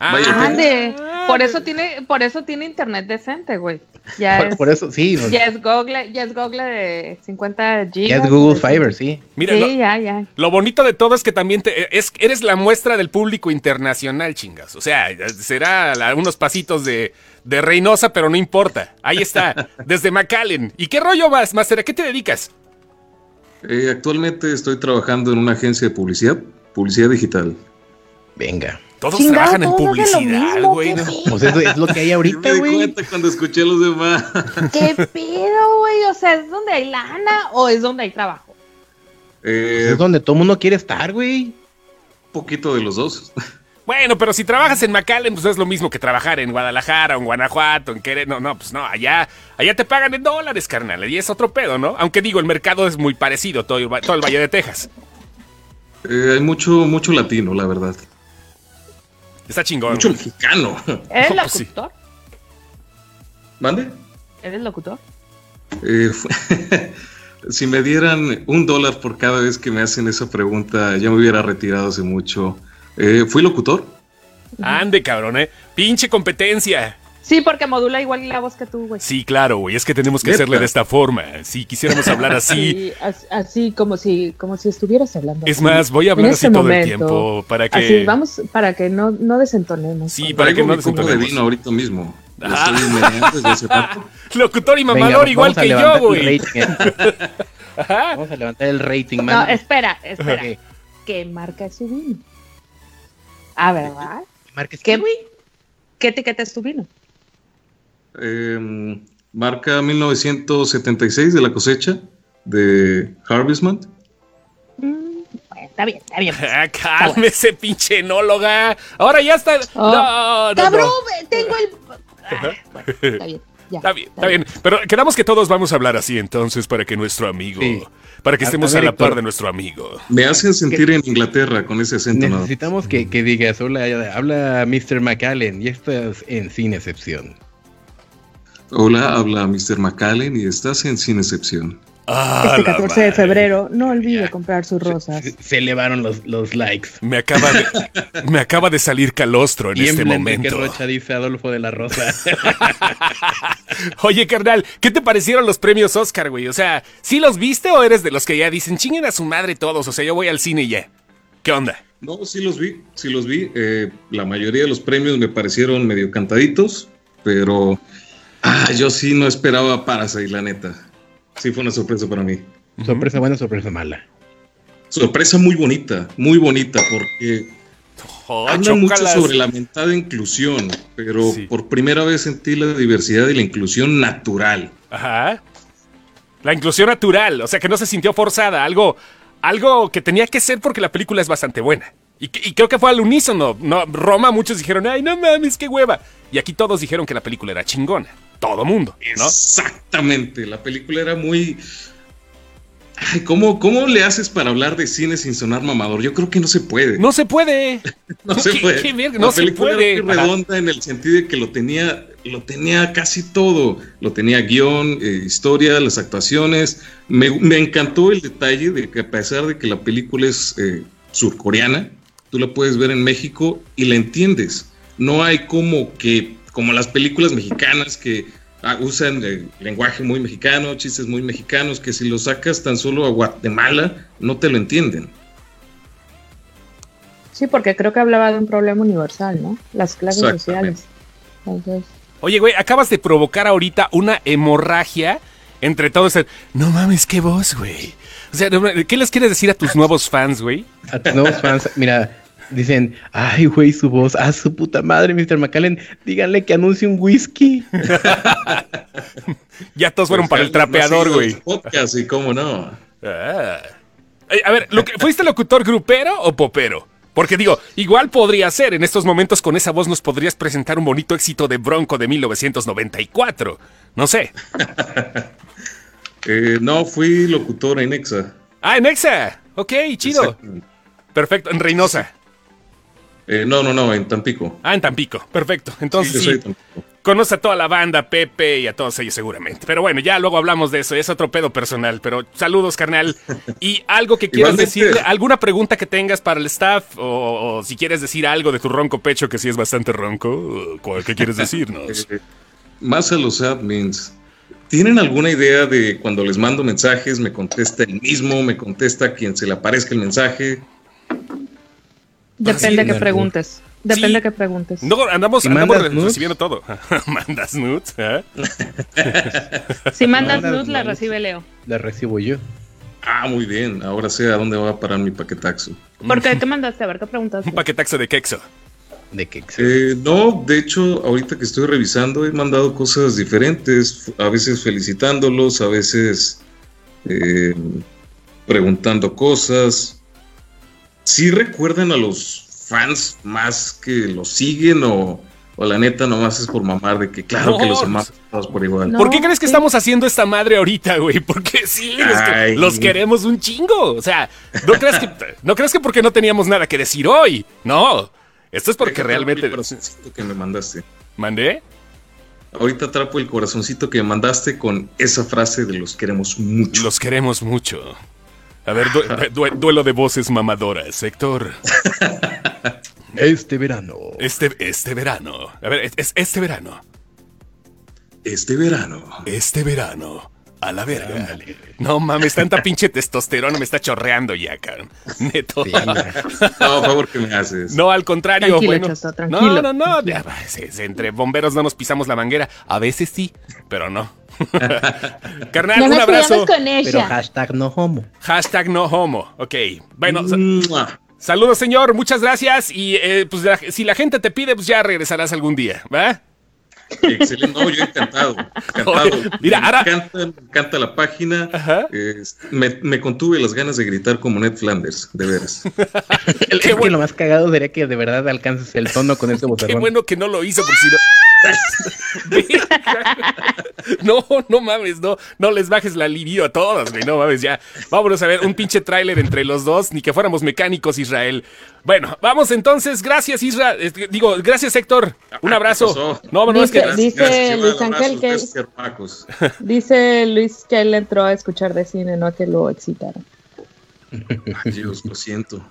Vaya,
Ah,
Ande, por eso tiene, por eso tiene internet decente, güey. Ya
Por,
es,
por eso, sí. pues,
ya es Google, ya es Google de 50 gigas.
Ya es Google Fiber, sí.
mira,
pues, sí,
lo,
ya, ya.
lo bonito de todo es que también te- es, eres la muestra del público internacional, chingas. O sea, será a unos pasitos de, de Reynosa, pero no importa. Ahí está, desde McAllen. ¿Y qué rollo más, Master? ¿A qué te dedicas?
eh, actualmente estoy trabajando en una agencia de publicidad, publicidad digital.
Venga.
Todos
Chingado,
trabajan en
todos hacen lo
publicidad,
mismo,
güey.
¿qué
¿no?
sí?
Pues eso es lo que hay
Yo
ahorita,
me di
güey.
cuenta cuando escuché a los demás.
¿Qué pedo, güey? O sea, ¿es donde hay lana o es donde hay trabajo?
Eh,
Pues Es donde todo mundo quiere estar, güey.
un poquito de los dos.
Bueno, pero si trabajas en McAllen, pues es lo mismo que trabajar en Guadalajara, o en Guanajuato, en Querétaro. No, no, pues no, allá, allá te pagan en dólares, carnal. Y es otro pedo, ¿no? Aunque digo, el mercado es muy parecido, todo el, va- todo el Valle de Texas.
Eh, hay mucho, mucho latino, la verdad.
Está chingón.
Mucho
güey.
mexicano.
¿Eres
No, pues sí.
locutor?
¿Mande?
¿Eres locutor?
Eh, fu- si me dieran un dólar por cada vez que me hacen esa pregunta, ya me hubiera retirado hace mucho. Eh, ¿Fui locutor?
Ande, cabrón, ¿eh? Pinche competencia.
Sí, porque modula igual la voz que tú, güey.
Sí, claro, güey. Es que tenemos que
Neta.
hacerle de esta forma. Si quisiéramos hablar así.
Sí, as- así como si, como si estuvieras hablando.
Es
así.
más, voy a hablar
En
así
este
todo el
momento,
tiempo para que.
Así, vamos, para que no, no desentonemos.
Sí,
Con-
para que
Traigo
no
mi copo de
desentonemos.
vino ahorita mismo. Lo
Ah.
estoy meneando desde hace rato.
Locutor y
Venga,
mamador
vamos
igual
a
que yo,
levantar el
güey.
rating, eh.
Ajá.
Vamos a levantar el rating,
No,
man.
espera, espera.
Ok.
¿Qué marca es su vino? Ah, ¿verdad?
Márquez,
¿Qué, ¿Qué etiqueta es tu vino?
Eh, marca 1976 de la cosecha de Harvestman.
Mm, bueno, está bien, está bien. pues.
Ah, cálmese, pinche enóloga. Ahora ya está.
Oh.
Ah, No, no, no.
Cabrón, eh, tengo el. Ah, bueno, está bien. Ya.
Está bien, está bien. Pero quedamos que todos vamos a hablar así entonces para que nuestro amigo.
Sí.
Para que
A-
estemos
a
a,
ver,
la par
Héctor.
de nuestro amigo.
Me hacen sentir en Inglaterra con ese acento. nada más.
Necesitamos que, que digas, hola, habla Mr. McAllen y esto es en Sin Excepción.
Hola, habla Mr. McAllen y estás en Sin Excepción.
Ah,
Este
la
14 de
madre.
febrero, no olvide
Ya.
comprar sus rosas.
Se, se elevaron los, los likes.
Me acaba de, me acaba de salir calostro en este
que
momento.
Rocha dice Adolfo de la Rosa.
Oye, carnal, ¿qué te parecieron los premios Oscar, güey? O sea, ¿sí los viste o eres de los que ya dicen chinguen a su madre todos? O sea, yo voy al cine y ya. ¿Qué onda?
No, sí los vi, sí los vi. Eh, la mayoría de los premios me parecieron medio cantaditos, pero ah, yo sí no esperaba Parasite, la neta. Sí fue una sorpresa para mí.
sorpresa buena, sorpresa mala.
Sorpresa muy bonita, muy bonita, porque
Oh,
Habla mucho
chócalas.
sobre la mentada inclusión, pero
Sí.
por primera vez sentí la diversidad y la inclusión natural.
Ajá. La inclusión natural, o sea, que no se sintió forzada, algo, algo que tenía que ser porque la película es bastante buena. Y, que- y creo que fue al unísono. No, Roma muchos dijeron, ay, no mames, qué hueva. Y aquí todos dijeron que la película era chingona. todo mundo, ¿no?
Exactamente, la película era muy... Ay, ¿cómo, ¿Cómo le haces para hablar de cine sin sonar mamador? Yo creo que no se puede.
No se puede.
No se
qué-
puede.
qué verga,
La
no se
película era
puede.
muy redonda en el sentido de que lo tenía, lo tenía casi todo. Lo tenía guión, eh, historia, las actuaciones. Me, me encantó el detalle de que a pesar de que la película es eh, surcoreana, tú la puedes ver en México y la entiendes. No hay como que, como las películas mexicanas que ah, usan eh, lenguaje muy mexicano, chistes muy mexicanos, que si lo sacas tan solo a Guatemala, no te lo entienden.
Sí, porque creo que hablaba de un problema universal, ¿no? Las clases
Exactamente.
sociales. Entonces,
Oye, güey, acabas de provocar ahorita una hemorragia entre todos. No mames, qué voz, güey. O sea, no mames, ¿qué les quieres decir a tus nuevos fans, güey?
A tus nuevos fans, mira, dicen, ay, güey, su voz, a su puta madre, Mr. McAllen, díganle que anuncie un whisky.
Ya todos fueron
Pues
para el trapeador, güey.
Podcast y cómo no.
Ah. Ay, A ver, lo que- ¿fuiste locutor grupero o popero? Porque digo, igual podría ser. En estos momentos con esa voz nos podrías presentar un bonito éxito de Bronco de 1994. No sé.
Eh, no, fui locutor en Exa.
Ah, en Exa. Ok, chido.
Exactamente.
Perfecto. En Reynosa.
Eh, no, no, no, en Tampico.
Ah, en Tampico. Perfecto. Entonces
Sí, yo
sí,
soy de Tampico.
conoce a toda la banda, Pepe y a todos ellos seguramente. Pero bueno, ya luego hablamos de eso. Es otro pedo personal. Pero saludos, carnal. Y algo que quieras
Igualmente.
decirle, alguna pregunta que tengas para el staff o, o si quieres decir algo de tu ronco pecho, que sí es bastante ronco, ¿cuál- ¿qué quieres decirnos?
Eh, más a los admins. ¿Tienen alguna idea de cuando les mando mensajes, me contesta el mismo, me contesta quien se le aparezca el mensaje?
Pues
depende que
Nardo.
preguntes. Depende
Sí.
que preguntes.
No, andamos,
¿Y
andamos
mandas
re-
nudes?
recibiendo todo. ¿Mandas nudes? ¿Ah?
si mandas
No,
luz, la
no.
recibe Leo.
La recibo yo.
Ah, muy bien, ahora sé a dónde va a parar mi paquetaxo.
¿Por qué? ¿Qué mandaste? A ver, ¿qué preguntaste?
Un paquetaxo de quexo.
De que existe.
Eh, no, de hecho, ahorita que estoy revisando he mandado cosas diferentes, a veces felicitándolos, a veces eh, preguntando cosas. ¿Sí recuerdan a los fans más que los siguen o, o la neta nomás es por mamar de que claro que los
No.
amamos todos por igual?
No,
¿Por qué crees que
sí.
estamos haciendo esta madre ahorita, güey? Porque sí, los, que-
Ay.
los queremos un chingo. O sea, ¿no crees, que, no crees que porque no teníamos nada que decir hoy. No. Esto es porque
Déjame abrir
realmente.
el corazoncito que me mandaste.
¿Mandé?
Ahorita atrapo el corazoncito que me mandaste con esa frase de los queremos mucho.
Los queremos mucho. A ver, du- du- duelo de voces mamadoras, Héctor.
Este verano.
Este, este verano. A ver, es- es- este verano.
Este verano.
Este verano. A la verga. No mames, tanta pinche testosterona me está chorreando ya, cabrón. Neto.
Sí, ya.
No, favor que me haces.
No, al contrario.
Tranquilo,
bueno.
Choso, tranquilo,
No, no, no. ya, se- se- entre bomberos no nos pisamos la manguera. A veces sí, pero no. Carnal,
No
un
nos
abrazo.
peleamos con
Pero
ella.
hashtag no homo.
Hashtag no homo. Ok. Bueno, sa-
Mua.
saludos, señor. Muchas gracias. Y eh, pues la- si la gente te pide, pues ya regresarás algún día, ¿va?
Excelente, no, yo encantado, encantado.
Oye, mira, ahora-
me, encanta, me encanta la página.
Ajá.
Eh, me, me contuve las ganas de gritar como Ned Flanders, de veras.
El,
Qué
es que
bueno.
lo más cagado sería que de verdad alcances el tono con ese
Qué
botón.
bueno que no lo hizo, porque si no. no, no mames, no, no les bajes la libido a todos, güey, no mames, ya. Vámonos a ver un pinche tráiler entre los dos, ni que fuéramos mecánicos, Israel. Bueno, vamos entonces, gracias, Israel. Digo, gracias, Héctor. Un abrazo.
pasó?
No, no, es que.
Dice- dice Luis
Iván,
Ángel
abrazos,
que-
besos y arpacos.
Dice Luis que él entró a escuchar de cine, no a que lo excitaron.
Ay, Dios, lo siento.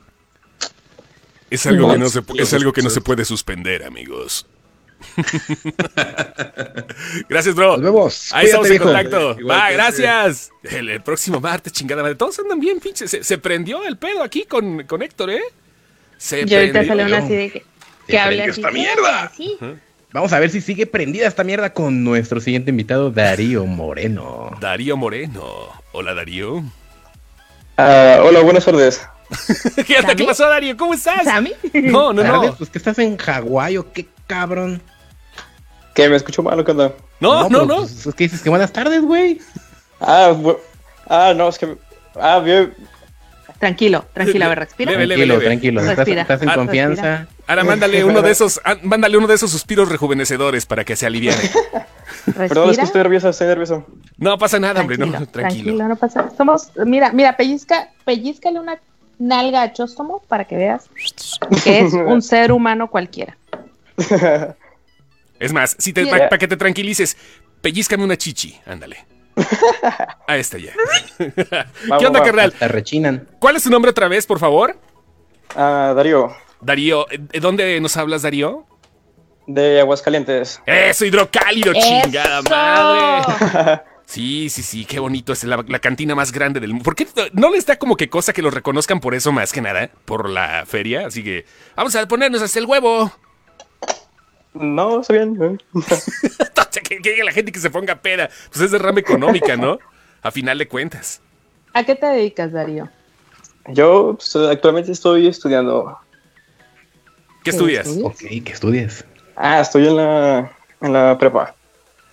Es algo, que no se,
es algo que no se
puede suspender, amigos. gracias, bro.
Nos vemos.
Ahí estamos
Cuídate,
en
viejo.
contacto.
Igual
Va,
que
gracias. El, el próximo martes, chingada madre. Todos andan bien, pinche. Se, se prendió el pedo aquí con, con Héctor, ¿eh? Se
Y ahorita
prendió.
salió una así de que, que hable así.
mierda!
Sí.
Vamos a ver si sigue prendida esta mierda con nuestro siguiente invitado, Darío Moreno.
Darío Moreno. Hola, Darío.
Ah, hola, buenas tardes.
¿Qué, onda? ¿Qué
¿Sammy?
pasó, Darío? ¿Cómo estás?
¿Sammy?
No, no,
¿Sabes?
no.
Pues que estás en Hawái o qué cabrón.
¿Qué? ¿Me escucho mal o qué onda?
No, no,
pero,
no.
pues, es que dices que buenas tardes, güey.
Ah, bu- ah, no, es que... Ah, bien.
Tranquilo, tranquilo, a ver, respira.
Leve, leve,
tranquilo,
leve.
tranquilo. Estás,
Respira.
estás en
Ah,
confianza.
Ahora mándale uno de esos, ah, mándale uno de esos suspiros rejuvenecedores para que se aliviane.
Perdón, es que estoy nervioso, estoy nervioso.
No pasa nada, hombre, no, tranquilo.
Tranquilo, no pasa. Somos, mira, mira, pellizca, pellizcale una nalga a Chóstomo para que veas que es un ser humano cualquiera.
Es más, si te,
Sí.
para que te tranquilices, pellizcame una chichi, ándale. Ahí está ya. ¿Qué onda, carnal?
Te rechinan.
¿Cuál es tu nombre otra vez, por favor?
Ah, Darío,
Darío, ¿de dónde nos hablas, Darío?
de Aguascalientes.
Eso, hidrocálido,
¡Eso!
chingada madre. Sí, sí, sí, qué bonito es la, la cantina más grande del mundo. ¿Por qué t- no les da como que cosa que los reconozcan por eso más que nada? Por la feria, así que vamos a ponernos hasta el huevo.
No, está bien. eh.
Entonces, que llegue la gente que se ponga peda. Pues es derrama económica, ¿no? A final de cuentas.
¿A qué te dedicas, Darío?
Yo pues, actualmente estoy estudiando.
¿Qué estudias?
Ok, que estudies.
Ah, estoy en la, en la prepa.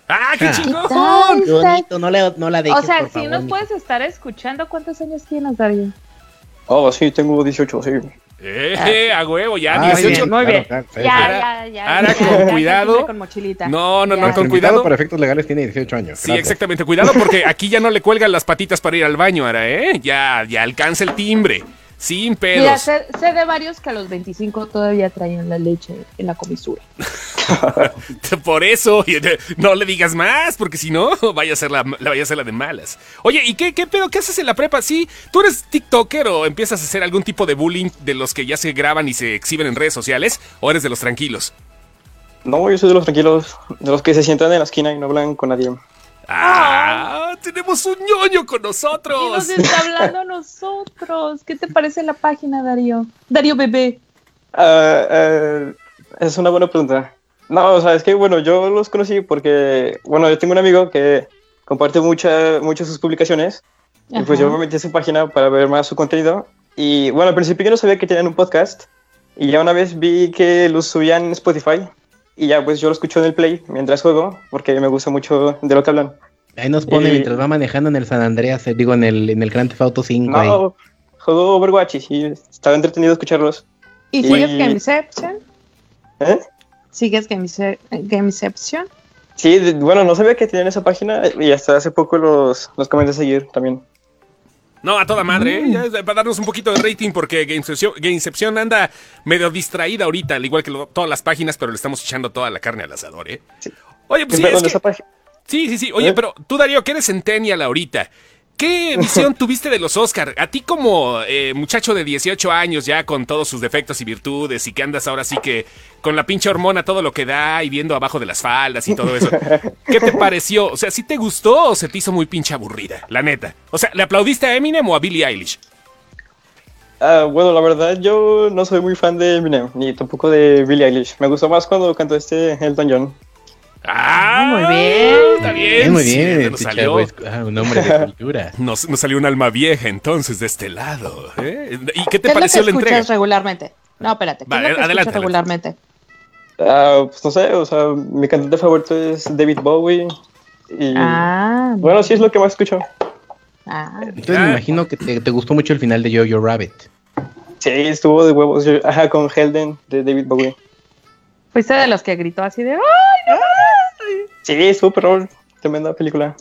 ¡Ah, qué
Ah.
chingón!
Qué bonito, no la, no la dejes,
O sea,
por
si
favor,
nos
mijo.
puedes estar escuchando, ¿cuántos años tienes, Darío?
Oh, sí, tengo 18, sí.
¡Eh, a huevo, ya!
Ah,
18.
bien,
muy bien.
sí, sí.
Ya, ya, ya.
ahora
ya,
con
ya, ya,
cuidado.
con mochilita.
No,
Ya.
no, no, Ah, con
Nuestro
cuidado.
invitado para efectos legales tiene 18 años.
Sí,
gracias.
exactamente. Cuidado porque aquí ya no le cuelgan las patitas para ir al baño, ahora, ¿eh? Ya, ya alcanza el timbre. Sin
Mira,
pedos.
sé, sé de varios que a los 25 todavía traían la leche en la comisura.
Por eso, y- no le digas más, porque si no, vaya a ser la, la- vaya a ser la de malas. Oye, ¿y qué, qué pedo? ¿Qué haces en la prepa? Sí, tú eres TikToker o empiezas a hacer algún tipo de bullying de los que ya se graban y se exhiben en redes sociales, o eres de los tranquilos.
No, yo soy de los tranquilos, de los que se sientan en la esquina y no hablan con nadie.
¡Ah! ¡Tenemos un ñoño con
Y nos
nosotros!
está hablando a nosotros. ¿Qué te parece la página, Darío? Darío Bebé.
Ah, ah, es una buena pregunta. No, o sea, es que bueno, yo los conocí porque, bueno, yo tengo un amigo que comparte mucha- muchas sus publicaciones y pues yo me metí a su página para ver más su contenido y bueno, al principio yo no sabía que tenían un podcast y ya una vez vi que los subían en Spotify y ya pues yo lo escucho en el play mientras juego porque me gusta mucho de lo que hablan.
Ahí nos pone
Eh,
mientras va manejando en el San Andreas, eh, digo, en el, en el Grand Theft Auto 5. ahí.
No, juego Overwatch y- y estaba entretenido escucharlos.
¿Y
Pues,
Y-
sigues Gamiception?
¿Eh?
¿Sigues Gamise- eh, Gamiception?
Sí, de- bueno, no sabía que tenían esa página y hasta hace poco los, los comencé a seguir también.
No, a toda madre,
Mm.
¿eh? Ya es para darnos un poquito de rating, porque Gameception, Gameception anda medio distraída ahorita, al igual que lo- todas las páginas, pero le estamos echando toda la carne al asador, ¿eh?
Sí.
Oye, pues sí,
Perdón,
es que-
esa página.
sí, sí, sí. Oye,
¿Eh?
pero tú, Darío, que eres centennial ahorita. ¿Qué visión tuviste de los Oscar? A ti como eh, muchacho de 18 años ya con todos sus defectos y virtudes y que andas ahora sí que con la pinche hormona todo lo que da y viendo abajo de las faldas y todo eso. ¿Qué te pareció? O sea, ¿sí te gustó o se te hizo muy pinche aburrida? La neta. O sea, ¿le aplaudiste a Eminem o a Billie Eilish?
Ah, bueno, la verdad yo no soy muy fan de Eminem ni tampoco de Billie Eilish. Me gustó más cuando cantó este Elton John.
Ah,
muy bien.
Está
Eh,
bien.
muy
sí,
bien,
nos
este
salió.
chavo es- ah, un hombre de cultura.
Nos, nos salió un alma vieja entonces de este lado. ¿eh? ¿Y qué
¿Qué es
te
lo que
pareció
escuchas
la entrega?
regularmente? No, espérate. ¿Qué
Vale,
es lo que
adelante,
escuchas
adelante.
regularmente?
Ah, pues no sé, o sea, mi cantante favorito es David Bowie. Y
Ah,
bueno, sí es lo que más escucho.
ah.
Entonces
Ah.
me imagino que te, te gustó mucho el final de Jojo Rabbit.
Sí, estuvo de huevos. Yo- ajá, con Helden de David Bowie.
Fuiste de los que gritó así de "Oh, ¡Ay,
Sí, estuvo perrón. Tremenda película.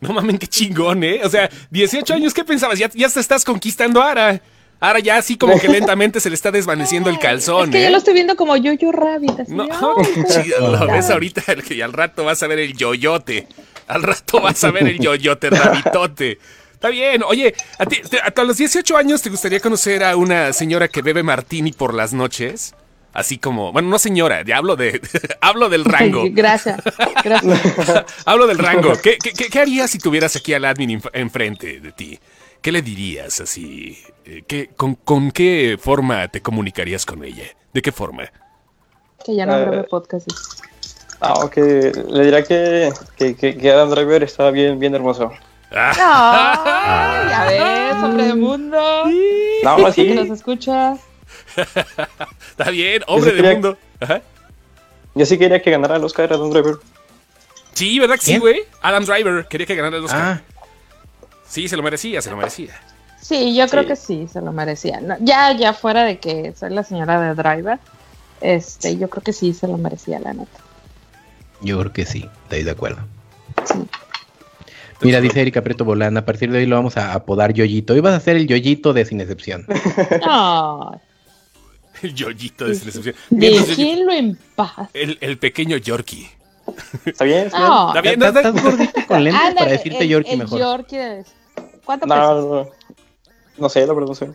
No mames, qué chingón, ¿eh? O sea, 18 años, ¿qué pensabas? Ya, ya te estás conquistando a Ara. Ara ya así como que lentamente se le está desvaneciendo el calzón,
Es que
¿eh?
yo lo estoy viendo como Yuyu Rabbit. Así,
No,
ay,
qué chido, lo ves ahorita que al rato vas a ver el yoyote. Al rato vas a ver el yoyote, rabitote. Está bien. Oye, ¿a ti, te- a los 18 años te gustaría conocer a una señora que bebe martini por las noches? Así como, bueno, no señora, ya hablo de hablo del rango.
Gracias, gracias.
Hablo del rango. ¿Qué, qué, qué- qué harías si tuvieras aquí al admin inf- enfrente de ti? ¿Qué le dirías así? Eh, ¿Qué, con, con qué forma te comunicarías con ella? ¿De qué forma?
que ya no
Eh,
grabé podcast.
Ah, ok. Le dirá que, que, que, que Adam Driver está bien, bien hermoso.
Ah,
Ay, ya ves, hombre
Mm.
de mundo.
No, pues
Tú que
sí.
nos escuchas.
Está bien, hombre
Eso
del
quería-
mundo. Ajá.
Yo sí quería que ganara el Oscar Adam Driver.
Sí, ¿verdad que sí,
¿Quién?
güey? Adam Driver quería que ganara el Oscar.
Ah,
Sí, se lo merecía, se lo merecía.
Sí, yo creo
Sí.
que sí, se lo merecía. No, ya, ya fuera de que soy la señora de Driver, este, yo creo que sí se lo merecía, la neta.
Yo creo que sí, estáis de acuerdo. Mira, dice Erika Preto Bolán, a partir de hoy lo vamos a apodar Yoyito. Hoy vas a ser el Yoyito de Sin Excepción.
Ay,
El yoyito de selección. Mientras yo-
déjenlo en paz.
el, el pequeño Yorkie.
¿Está bien? ¿Está bien?
No.
Está bien,
Estás-
¿no?
estás gordito con lentes
Ah.
para
Ándale,
decirte
el-
Yorkie
el
mejor.
Yorkie de- ¿Cuánto
No,
pesa?
no, no sé, la verdad no sé.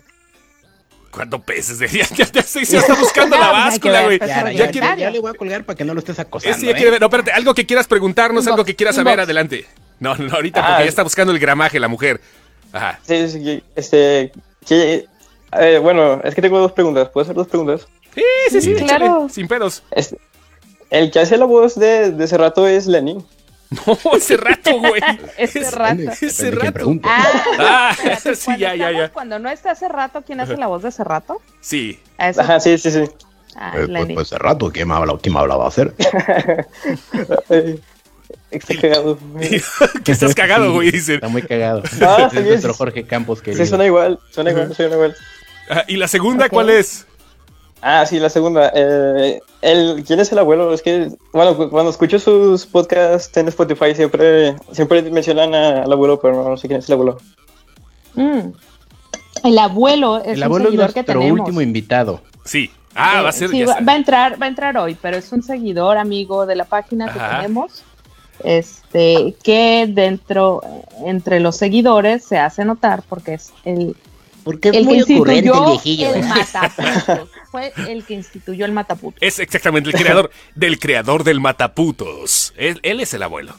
¿Cuánto peses? Ya, ya, ya se- ya está buscando la
Ya, hay que
báscula, güey.
ver,
Ya,
peso
ya,
Ya
ya,
quiere-
ya le voy a colgar para que no lo estés acosando.
Ese ya
¿eh?
quiere ver. No, espérate, algo que quieras preguntarnos,
Inbox,
algo que quieras saber,
inbox.
adelante. No, no, ahorita,
Ah.
porque ya está buscando el gramaje la mujer. Ajá.
Sí, sí, sí, este, que- eh, bueno, es que tengo dos preguntas. ¿Puedo hacer dos preguntas?
Sí, sí, sí, échale,
claro.
sin pedos.
Este, el que hace la voz de, de ese rato es Lenny.
No, ese rato, güey.
Este
Es-
rato.
Ese
Depende de quién
rato.
pregunte.
Ah,
Espérate,
sí,
cuando
ya, ya,
estamos-
ya.
Cuando no está hace rato, ¿quién hace la voz de hace rato?
Sí.
A eso.
Ajá, sí, sí, sí.
Ah,
Pues, pues,
Lenny.
pues, hace rato, ¿quién más la última hablaba a hacer?
Eh, Está cagado.
que estás cagado, güey, dicen.
Está muy cagado.
Ah,
es
sí,
nuestro
sí.
Jorge Campos querido.
Sí, suena igual, suena igual, suena igual.
Ah, ¿Y la segunda cuál es?
Ah, sí, la segunda. Eh, el, ¿Quién es el abuelo? Es que, bueno, cu- cuando escucho sus podcasts en Spotify siempre, siempre mencionan a- al abuelo, pero no sé quién es el abuelo.
Mm. El abuelo es
El abuelo
un
es
seguidor que
nuestro
tenemos.
último invitado.
Sí. Ah,
Eh,
va a ser.
sí,
ya
va,
está.
va a entrar, va a entrar hoy, pero es un seguidor amigo de la página que
Ajá.
tenemos. Este, que dentro, entre los seguidores se hace notar porque es el,
Porque es
el que
muy ocurrente el
instituyó
viejillo.
el
¿eh?
mataputos. Fue el que instituyó el mataputos.
Es exactamente el creador del creador del Mataputos. Él, él es el abuelo.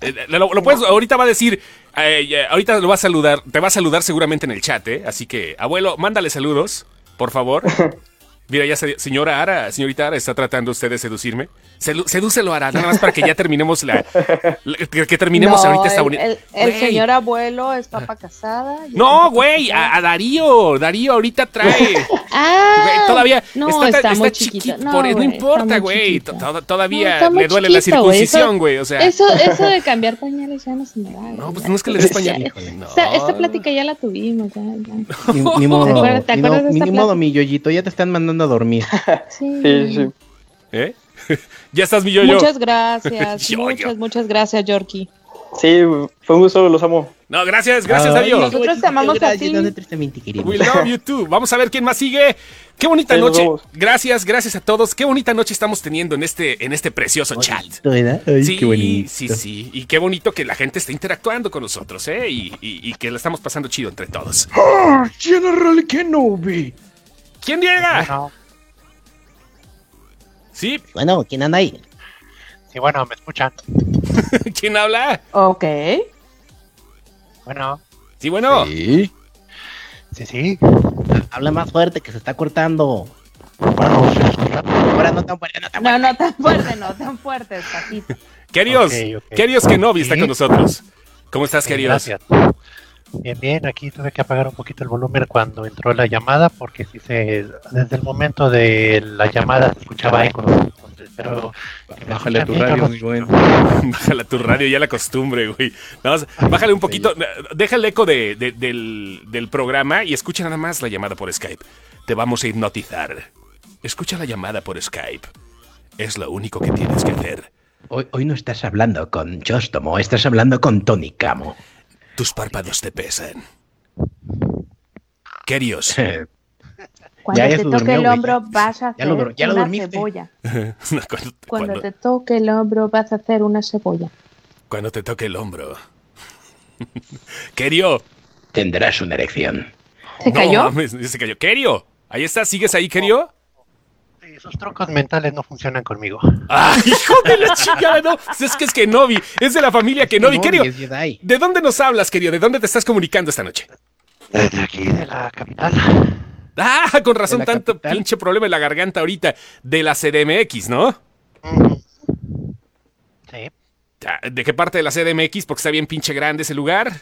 Eh, Lo, lo puedes, ahorita va a decir, eh, ya, ahorita lo va a saludar, te va a saludar seguramente en el chat, ¿eh? Así que, abuelo, mándale saludos, por favor. Mira, ya se- señora Ara, señorita Ara, está tratando usted de seducirme. Selu- sedúcelo, Ara, nada más para que ya terminemos la. la- que, que terminemos
No,
ahorita esta
el-
bonita.
El, el
Güey. Ah.
señor abuelo es papá casada. y es
No,
papá
güey,
casada.
a, a Darío, Darío ahorita trae.
Ah,
Güey, Eh, todavía
no,
está,
está,
tan- está
muy
chiquito.
chiquito.
No, por- no
güey, está
importa,
muy
güey.
chiquito.
to- to-
No,
Todavía
está muy
le duele la
chiquito, güey, eso-
circuncisión, güey. O sea,
Eso, eso de cambiar pañales ya no se me da. güey,
no, pues
ya.
no es que le des
Ya,
pañal.
esta-
No.
Esta, plática ya la tuvimos, ya, ya.
Ni, ni modo,
¿Te acuerdas- te
ni,
acuerdas
no-
de esta
ni modo,
plática?
mi yoyito, ya te están mandando a dormir.
Sí.
Sí, sí.
¿Eh? ya estás mi yo yo.
Muchas gracias,
Yo, yo.
muchas, muchas gracias, Yorkie.
Sí, fue un gusto, los amo.
No, gracias, gracias
Ay,
a Dios.
Nosotros
yoyito,
te amamos
gracias,
a ti.
¿dónde tristemente, querido?
We love you too. Vamos a ver quién más sigue. Qué bonita
Sí, nos
noche.
vemos.
Gracias, gracias a todos. Qué bonita noche estamos teniendo en este, en este precioso chat.
Bonito, ¿verdad? Ay,
Sí,
qué bonito.
sí, sí. Y qué bonito que la gente esté interactuando con nosotros, ¿eh? Y, y- y que la estamos pasando chido entre todos.
Ah,
General Kenobi.
¿Quién llega? Sí,
Bueno, ¿quién anda ahí?
Sí, bueno, me escuchan.
¿quién habla?
Ok.
Bueno,
Sí, bueno.
Sí.
sí, sí.
Habla más fuerte que se está cortando.
Bueno, ¿se escuchan?
Ahora no tan fuerte, no tan
No, no tan fuerte, no tan fuerte, despacito.
Queridos,
Ok, ok.
queridos Kenobi está
Sí.
con nosotros. ¿Cómo estás,
Sí,
queridos?
Gracias. Bien, bien, aquí tuve que apagar un poquito el volumen cuando entró la llamada, porque sí se, desde el momento de la llamada se escuchaba eco. Entonces, Pero
Bájale a tu
También,
radio,
Carlos.
mi buen.
Bájale a tu radio, ya la costumbre, güey. Nada más, bájale un poquito, deja el eco de- de- del, del programa y escucha nada más la llamada por Skype. Te vamos a hipnotizar. Escucha la llamada por Skype. Es lo único que tienes que hacer.
Hoy, hoy no estás hablando con Chostomo, estás hablando con Tony Camo.
Tus párpados te pesan. Queridos,
Cuando
Ya,
te
ya se
toque
durmió,
el
güey,
hombro,
ya.
vas a
Ya
hacer
lo dur- ya lo
una
dormiste.
cebolla.
cuando-
Cuando,
cuando-
te toque el hombro, vas a hacer una cebolla.
Cuando te toque el hombro. Kerio.
Tendrás una erección.
¿Se
No,
cayó?
mames, se cayó. Kerio. Ahí está, ¿sigues ahí, Kerio?
sí, esos trucos mentales no funcionan conmigo.
¡Ah, hijo de la chingada! No, Pues es que es Kenobi. Es de la familia Kenobi. Kerio,
es Jedi.
¿de dónde nos hablas, Kerio? ¿De dónde te estás comunicando esta noche?
Desde aquí, de la capital.
Ah, con razón
la
tanto
capital?
pinche problema en la garganta ahorita. De la CDMX, ¿no?
Mm. Sí.
Ah, ¿De qué parte de la CDMX? Porque está bien pinche grande ese lugar.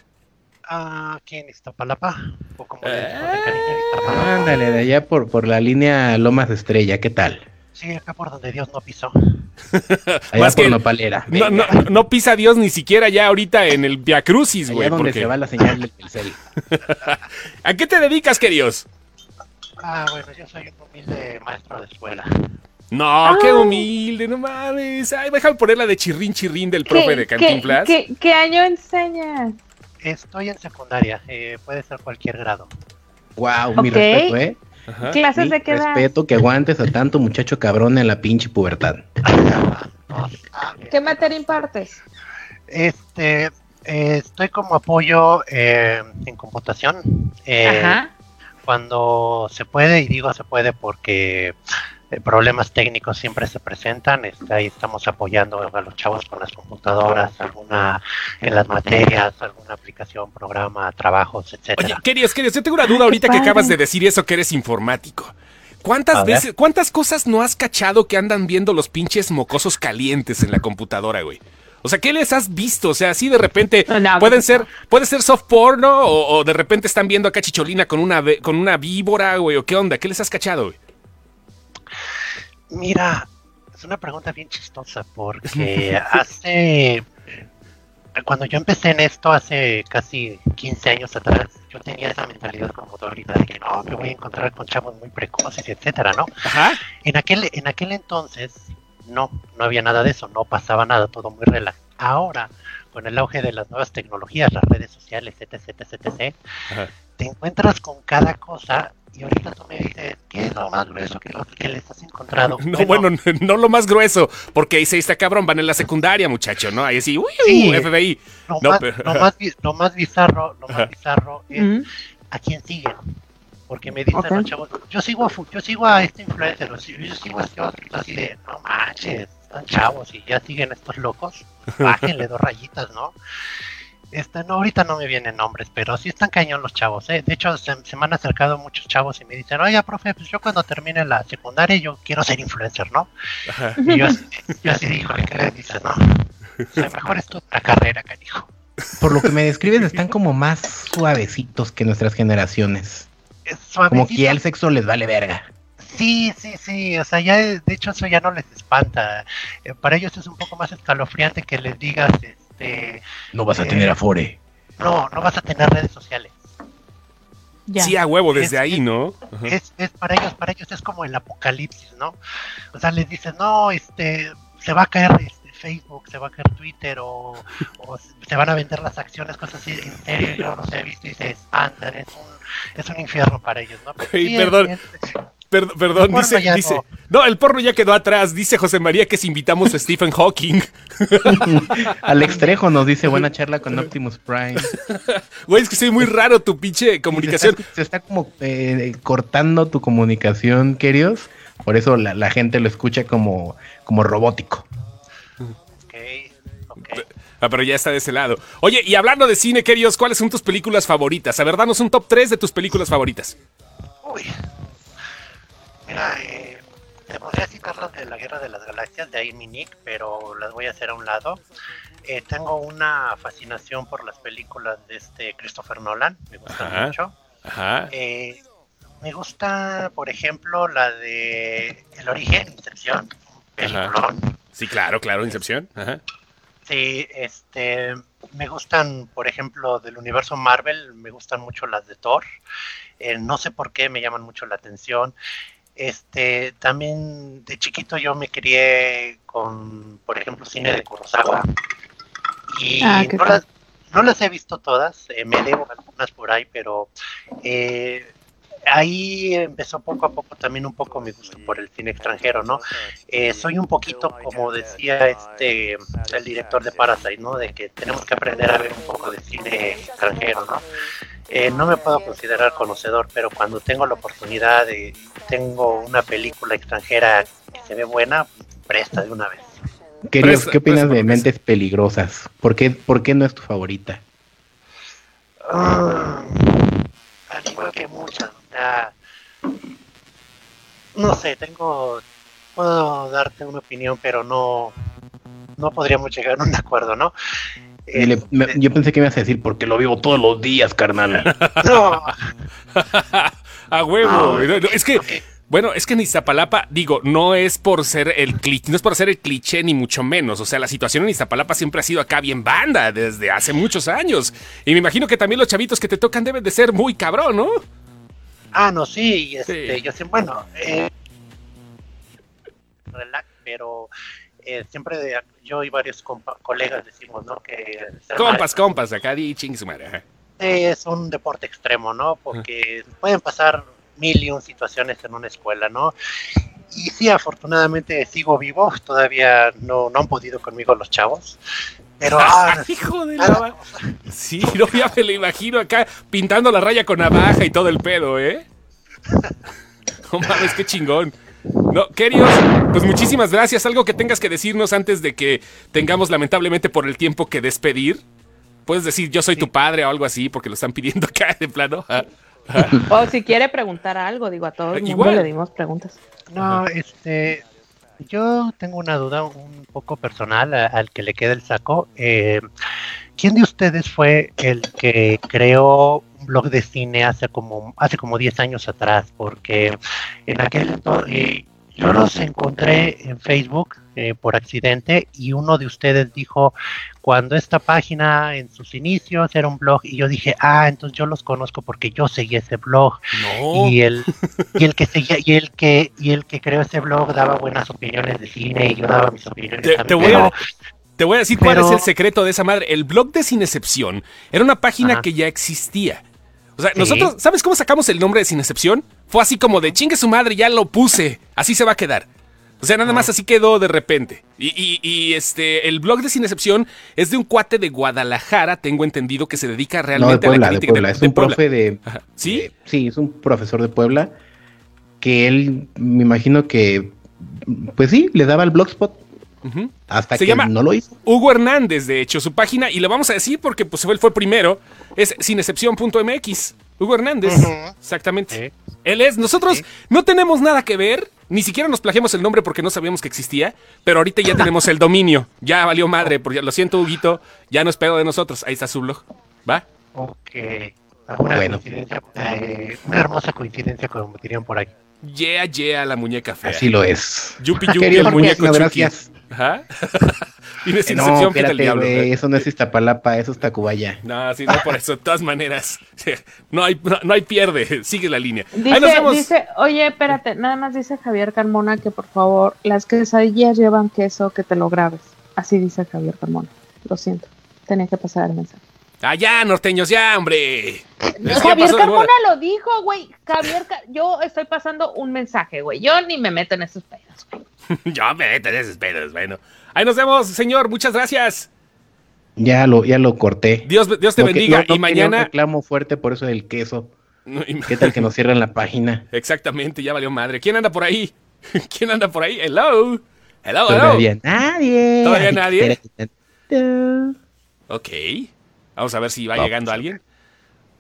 Aquí en Iztapalapa. O como le decimos
Eh.
de cariño, Iztapalapa.
Ándale, de allá por, por la línea Lomas Estrella, ¿qué tal?
Sí, acá por donde Dios no pisó.
Allá
Más
por
que-
Nopalera.
No, no,
venga.
no pisa Dios ni siquiera ya ahorita en el Via Crucis,
Allá
güey.
donde
porque-
se va la señal del Telcel.
¿A qué te dedicas, Kerios?
Ah, bueno, yo soy un humilde maestro de escuela.
No, qué humilde, no mames. Ay, déjame poner la de chirrín chirrín del profe de Cantinflas.
qué, qué año enseña?
Estoy en secundaria, eh, puede ser cualquier grado.
Wow, mi
Ok.
respeto, ¿eh?
¿Clases
Mi
de qué edad?
Respeto que aguantes a tanto muchacho cabrón en la pinche pubertad.
¿Qué materia impartes?
Este, eh, estoy como apoyo eh, en computación. eh,
Ajá.
Cuando se puede, y digo se puede porque eh, problemas técnicos siempre se presentan. este, ahí estamos apoyando a los chavos con las computadoras, alguna en las materias, alguna aplicación, programa, trabajos,
Oye,
etcétera.
Kerios, Kerios, yo tengo una duda ahorita que acabas de decir eso que eres informático.
A
¿Cuántas
ver.
veces, cuántas cosas no has cachado que andan viendo los pinches mocosos calientes en la computadora, güey? O sea, ¿qué les has visto? O sea, así de repente pueden ser, puede ser soft porno o, o de repente están viendo acá Chicholina con una ve- con una víbora, güey, o qué onda, ¿qué les has cachado, güey?
Mira, es una pregunta bien chistosa porque hace. Cuando yo empecé en esto hace casi 15 años atrás, yo tenía esa mentalidad como tú ahorita de que no, me voy a encontrar con chavos muy precoces, etcétera, ¿no? En aquel, en aquel entonces, no, no había nada de eso, no pasaba nada, todo muy relax. Ahora, con el auge de las nuevas tecnologías, las redes sociales, etc, etc, etc, te encuentras con cada cosa y ahorita tú me dices, ¿qué es lo más grueso que, lo- que les has encontrado?
No, bueno, no, lo más grueso, porque ahí se está cabrón, van en la secundaria, muchacho, ¿no? Ahí sí, uy,
Sí.
uy, FBI.
Lo,
No,
más,
pero-
lo más bi- lo más bizarro, lo
Ajá.
más bizarro es a quién siguen. Porque me dicen
Ok.
los chavos, yo sigo a fu- yo sigo a este influencer, o si- yo sigo a este otro, y así de, no manches, están chavos y ya siguen estos locos, bájenle dos rayitas, ¿no? Este, no, ahorita no me vienen nombres, pero sí están cañón los chavos, ¿eh? De hecho, se, se me han acercado muchos chavos y me dicen, oiga, profe, pues yo cuando termine la secundaria yo quiero ser influencer, ¿no? Y yo así, yo así digo, ¿qué le dices, no? O sea, mejor esto la carrera, canijo.
Por lo que me describes, están como más suavecitos que nuestras generaciones. Como que ya el sexo les vale verga.
Sí, sí, sí, o sea, ya de de hecho eso ya no les espanta. Eh, para ellos es un poco más escalofriante que les digas, este,
No vas a tener afore.
no, no vas a tener redes sociales.
Sí, a huevo, desde ahí, ¿no? Ajá.
Es, es para ellos, para ellos es como el apocalipsis, ¿no? O sea, les dicen, no, este, se va a caer este, Facebook, se va a caer Twitter o, o se se van a vender las acciones, cosas así. En serio, yo los he visto y se espantan. Es un, es un infierno para ellos, ¿no? Pero
Güey,
sí,
perdón.
es-
Per- perdón,
porno
dice,
ya
dice. No. el porno ya quedó atrás. Dice José María que si invitamos a Stephen Hawking.
Alex Trejo nos dice buena charla con Optimus Prime.
Güey, es que soy muy raro tu pinche comunicación.
Se está como eh, cortando tu comunicación, queridos. Por eso la, la gente lo escucha como, como robótico.
Ah, pero ya está de ese lado. Oye, y hablando de cine, queridos, ¿cuáles son tus películas favoritas? A ver, danos un top 3 de tus películas favoritas.
Mira, eh, te podría citar las de la Guerra de las Galaxias, de ahí mi nick, pero las voy a hacer a un lado. Eh, tengo una fascinación por las películas de este Christopher Nolan, me gustan
Ajá.
mucho.
Ajá.
Eh, me gusta, por ejemplo, la de El origen, Incepción.
Ajá. Sí, claro, claro, Incepción. Ajá.
Sí, este, me gustan, por ejemplo, del universo Marvel, me gustan mucho las de Thor. Eh, no sé por qué, me llaman mucho la atención. Este, también de chiquito yo me crié con, por ejemplo, cine de Kurosawa. Y
Ah, qué
no, las, no las he visto todas, eh, me debo algunas por ahí, pero eh, ahí empezó poco a poco también un poco mi gusto por el cine extranjero, ¿no? Eh, soy un poquito, como decía este el director de Parasite, ¿no? De que tenemos que aprender a ver un poco de cine extranjero, ¿no? Eh, no me puedo considerar conocedor, pero cuando tengo la oportunidad de tengo una película extranjera que se ve buena, presta de una vez.
Queridos,
Presa-
¿qué opinas de Mentes Peligrosas? ¿Por qué, ¿Por qué no es tu favorita?
Ah, al igual que muchas, o
Ah.
sea, no sé, tengo, puedo darte una opinión, pero no, no podríamos llegar a un acuerdo, ¿no?
Dile,
Eh,
me- yo pensé que me ibas a decir porque lo vivo todos los días, carnal.
No,
A huevo. güey. No, no, es que, bueno, es que en Iztapalapa, digo, no es por ser el cliché, no es por ser el cliché ni mucho menos. O sea, la situación en Iztapalapa siempre ha sido acá bien banda desde hace muchos años. Y me imagino que también los chavitos que te tocan deben de ser muy cabrón, ¿no?
Ah, no, sí, y este, yo sé, bueno, eh, relax, pero eh, siempre de- yo y varios compa- colegas decimos, ¿no? Que ser
Compas, compas, acá di ching su madre, ajá.
maestre es un deporte extremo, ¿no? Porque pueden pasar mil y un situaciones en una escuela, ¿no? Y sí, afortunadamente sigo vivo, todavía no, no han podido conmigo los chavos, pero... ah,
Hijo de la... Sí, no, ya me lo imagino acá pintando la raya con navaja y todo el pedo, ¿eh? No mames, qué chingón. No, queridos, pues muchísimas gracias. Algo que tengas que decirnos antes de que tengamos lamentablemente por el tiempo que despedir. Puedes decir yo soy tu padre o algo así, porque lo están pidiendo acá de plano. Ah, ah.
O si quiere preguntar algo, digo, a todo el mundo
Igual.
le dimos preguntas.
No, este, yo tengo una duda un poco personal a- al que le queda el saco. Eh, ¿Quién de ustedes fue el que creó un blog de cine hace como hace como 10 años atrás? Porque en aquel entonces yo los encontré en Facebook eh, por accidente y uno de ustedes dijo cuando esta página en sus inicios era un blog y yo dije, ah, entonces yo los conozco porque yo seguí ese blog
No.
y el y el que seguía y el que y el que creó ese blog daba buenas opiniones de cine y yo daba mis opiniones
Te,
también,
te voy a,
pero-
te voy a decir cuál
pero-
es el secreto de esa madre. El blog de Sin Excepción era una página que ya existía. O sea,
Sí.
nosotros, ¿sabes cómo sacamos el nombre de Sin Excepción? Fue así como de chingue su madre, ya lo puse. Así se va a quedar. O sea, nada más así quedó de repente. Y, y- y, este, el blog de Sin Excepción es de un cuate de Guadalajara, tengo entendido, que se dedica
No, de
realmente a
Puebla,
la
de
crítica
Puebla. Es un profe de. eh,
¿Sí?
sí, es un profesor de Puebla. Que él, me imagino que. Pues sí, le daba el blogspot.
Ujú.
Hasta
Se
que
llama
no lo hizo.
Hugo Hernández, de hecho, su página, y lo vamos a decir porque pues, él fue primero, es sinexcepción.mx. Hugo Hernández, exactamente. Él es, nosotros no tenemos nada que ver, ni siquiera nos plagiamos el nombre porque no sabíamos que existía, pero ahorita ya tenemos el dominio. Ya valió madre, porque lo siento, Huguito, ya no es pedo de nosotros. Ahí está su blog, ¿va?
Ok. Una, coincidencia, eh, una hermosa coincidencia, como dirían por ahí.
Yeah, yeah, la muñeca fea.
Así lo es.
Yupi, yupi,
Querido
el
Jorge,
muñeco
no,
chucky.
gracias.
Ajá. Tienes
Eh, no,
Incepción, Pita el
espérate,
diablo.
güey, eso no es Iztapalapa, eso es Tacubaya.
No, sí, no por eso. De todas maneras, no hay, no, no hay pierde. Sigue la línea. Ahí nos
Dice,
vemos.
dice, oye, espérate, nada más dice Javier Carmona que por favor, las quesadillas llevan queso, que te lo grabes. Así dice Javier Carmona. Lo siento, tenía que pasar el mensaje.
Allá, norteños, Ah, ya, hombre. Es que
Javier
pasó de moda.
Carmona lo dijo, güey. Javier, Ca- yo estoy pasando un mensaje, güey. Yo ni me meto en esos pedos.
ya me meto en esos pedos, bueno. Ahí nos vemos, señor. Muchas gracias.
Ya lo, ya lo corté.
Dios, Dios te
No que-
bendiga.
no- no
y
quería Un
mañana.
reclamo fuerte por eso del queso.
No, y-
¿Qué tal que nos cierran la página?
Exactamente, ya valió madre. ¿Quién anda por ahí? ¿Quién anda por ahí? Hello. Hello,
Todavía
hello.
nadie.
Todavía
Así que
nadie.
espérate tantito.
Ok. Vamos a ver si va llegando alguien.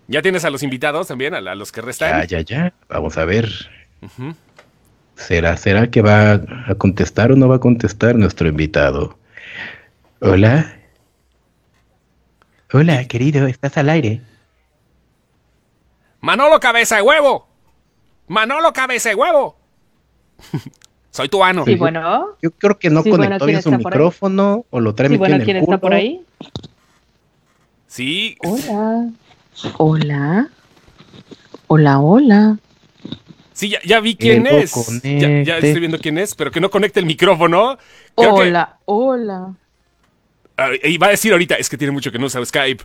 Ya tienes a los invitados también, a, la- a los que restan.
Ya, ya, ya. Vamos a ver.
Ujú.
¿Será, será que va a contestar o no va a contestar nuestro invitado? Hola. Hola, querido, estás al aire.
Manolo Cabeza de Huevo. Manolo Cabeza de Huevo. Soy tu ano.
Sí, bueno.
Yo creo que no
Sí, bueno,
conectó
¿quién
bien su
está por ahí?
micrófono o lo trae
Sí,
metido
bueno,
en el
¿quién está
culo.
por ahí?
Sí.
Hola. Hola. Hola, hola.
Sí, ya, ya vi quién
Luego
es. Ya, ya
conecte.
estoy viendo quién es, pero que no conecte el micrófono. Creo que-
Hola, hola.
Ah, y va a decir ahorita, es que tiene mucho que no usa Skype.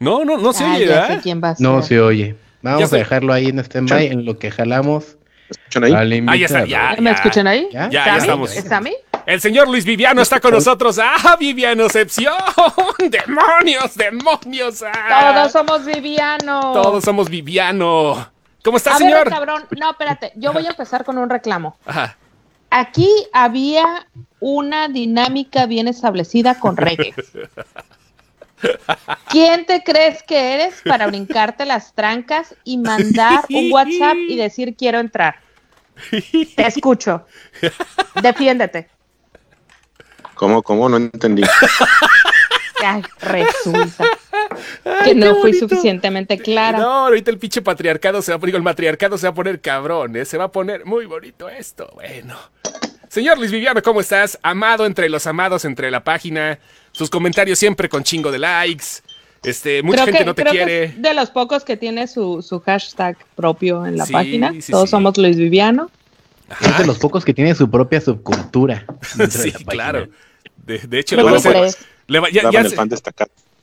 No, no, no se
Ah,
oye,
ya
¿verdad?
sé quién va a
No
ser.
se oye.
Ya
Vamos
sé.
a dejarlo ahí en stand-by en lo que jalamos.
ahí?
al
Ah, ya está,
invitado.
ya.
¿Me
ya.
escuchan ahí?
¿Ya?
Ya, ya
¿Sammy?
estamos.
¿Es Sammy?
El señor Luis Viviano está con nosotros. ¡Ah, Viviano Excepción! ¡Demonios, demonios! ¡Ah!
Todos somos Vivianos.
Todos somos Viviano. ¿Cómo está,
Oh. a
señor?
ver, cabrón. No, espérate. Yo voy a empezar con un reclamo.
Ajá.
Aquí había una dinámica bien establecida con reggae. ¿Quién te crees que eres para brincarte las trancas y mandar un WhatsApp y decir quiero entrar? Te escucho. Defiéndete.
¿Cómo, cómo? No entendí.
Ay, resulta que no fui suficientemente clara.
No, ahorita el pinche patriarcado se va a poner, digo, el matriarcado se va a poner cabrón, ¿eh? se va a poner muy bonito esto, bueno. Señor Luis Viviano, ¿cómo estás? Amado entre los amados, entre la página, sus comentarios siempre con chingo de likes, este, mucha
Creo
gente
que-
no te
creo que
quiere.
es de los pocos que tiene su, su hashtag propio en la
Sí,
página.
sí,
Todos
sí.
somos Luis Viviano.
Es de los pocos que tiene su propia subcultura. dentro de
sí,
la página.
claro. De, de hecho,
Luego
le va a hacer-
crees.
le va- ya-
Daban
ya
el
se-
fan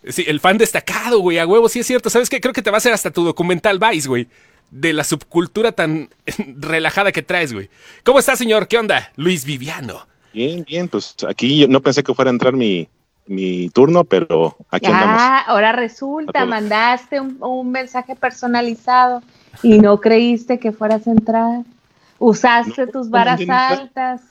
Sí, el fan destacado, güey, a huevo, sí es cierto. ¿Sabes qué? Creo que te va a hacer hasta tu documental Vice, güey. De la subcultura tan relajada que traes, güey. ¿Cómo está, señor? ¿Qué onda? Luis Viviano.
Bien, bien, pues aquí yo no pensé que fuera a entrar mi, mi turno, pero aquí andamos.
Ah, ahora resulta, mandaste un, un mensaje personalizado y no creíste que fueras a entrar. Usaste tus varas
mandé nada.
altas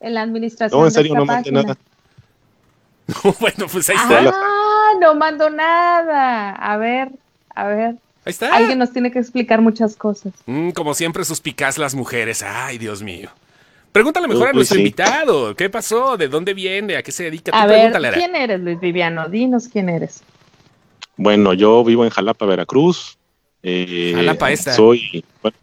en la administración.
No, en
de
serio,
esta
no mandé
página.
nada.
bueno, pues ahí
está.
Ah, no mandó nada. A ver, a ver.
está.
Alguien nos tiene que explicar muchas cosas.
Mm, como siempre, suspicaz las mujeres. Ay, Dios mío. Pregúntale mejor a
Uy,
nuestro
pues sí.
invitado. ¿Qué pasó? ¿De dónde viene? ¿A qué se dedica? Tú
A ver,
pregúntale.
¿quién eres, Luis Viviano? Dinos quién eres.
Bueno, yo vivo en Jalapa, Veracruz. Eh,
Jalapa esta.
Soy bueno,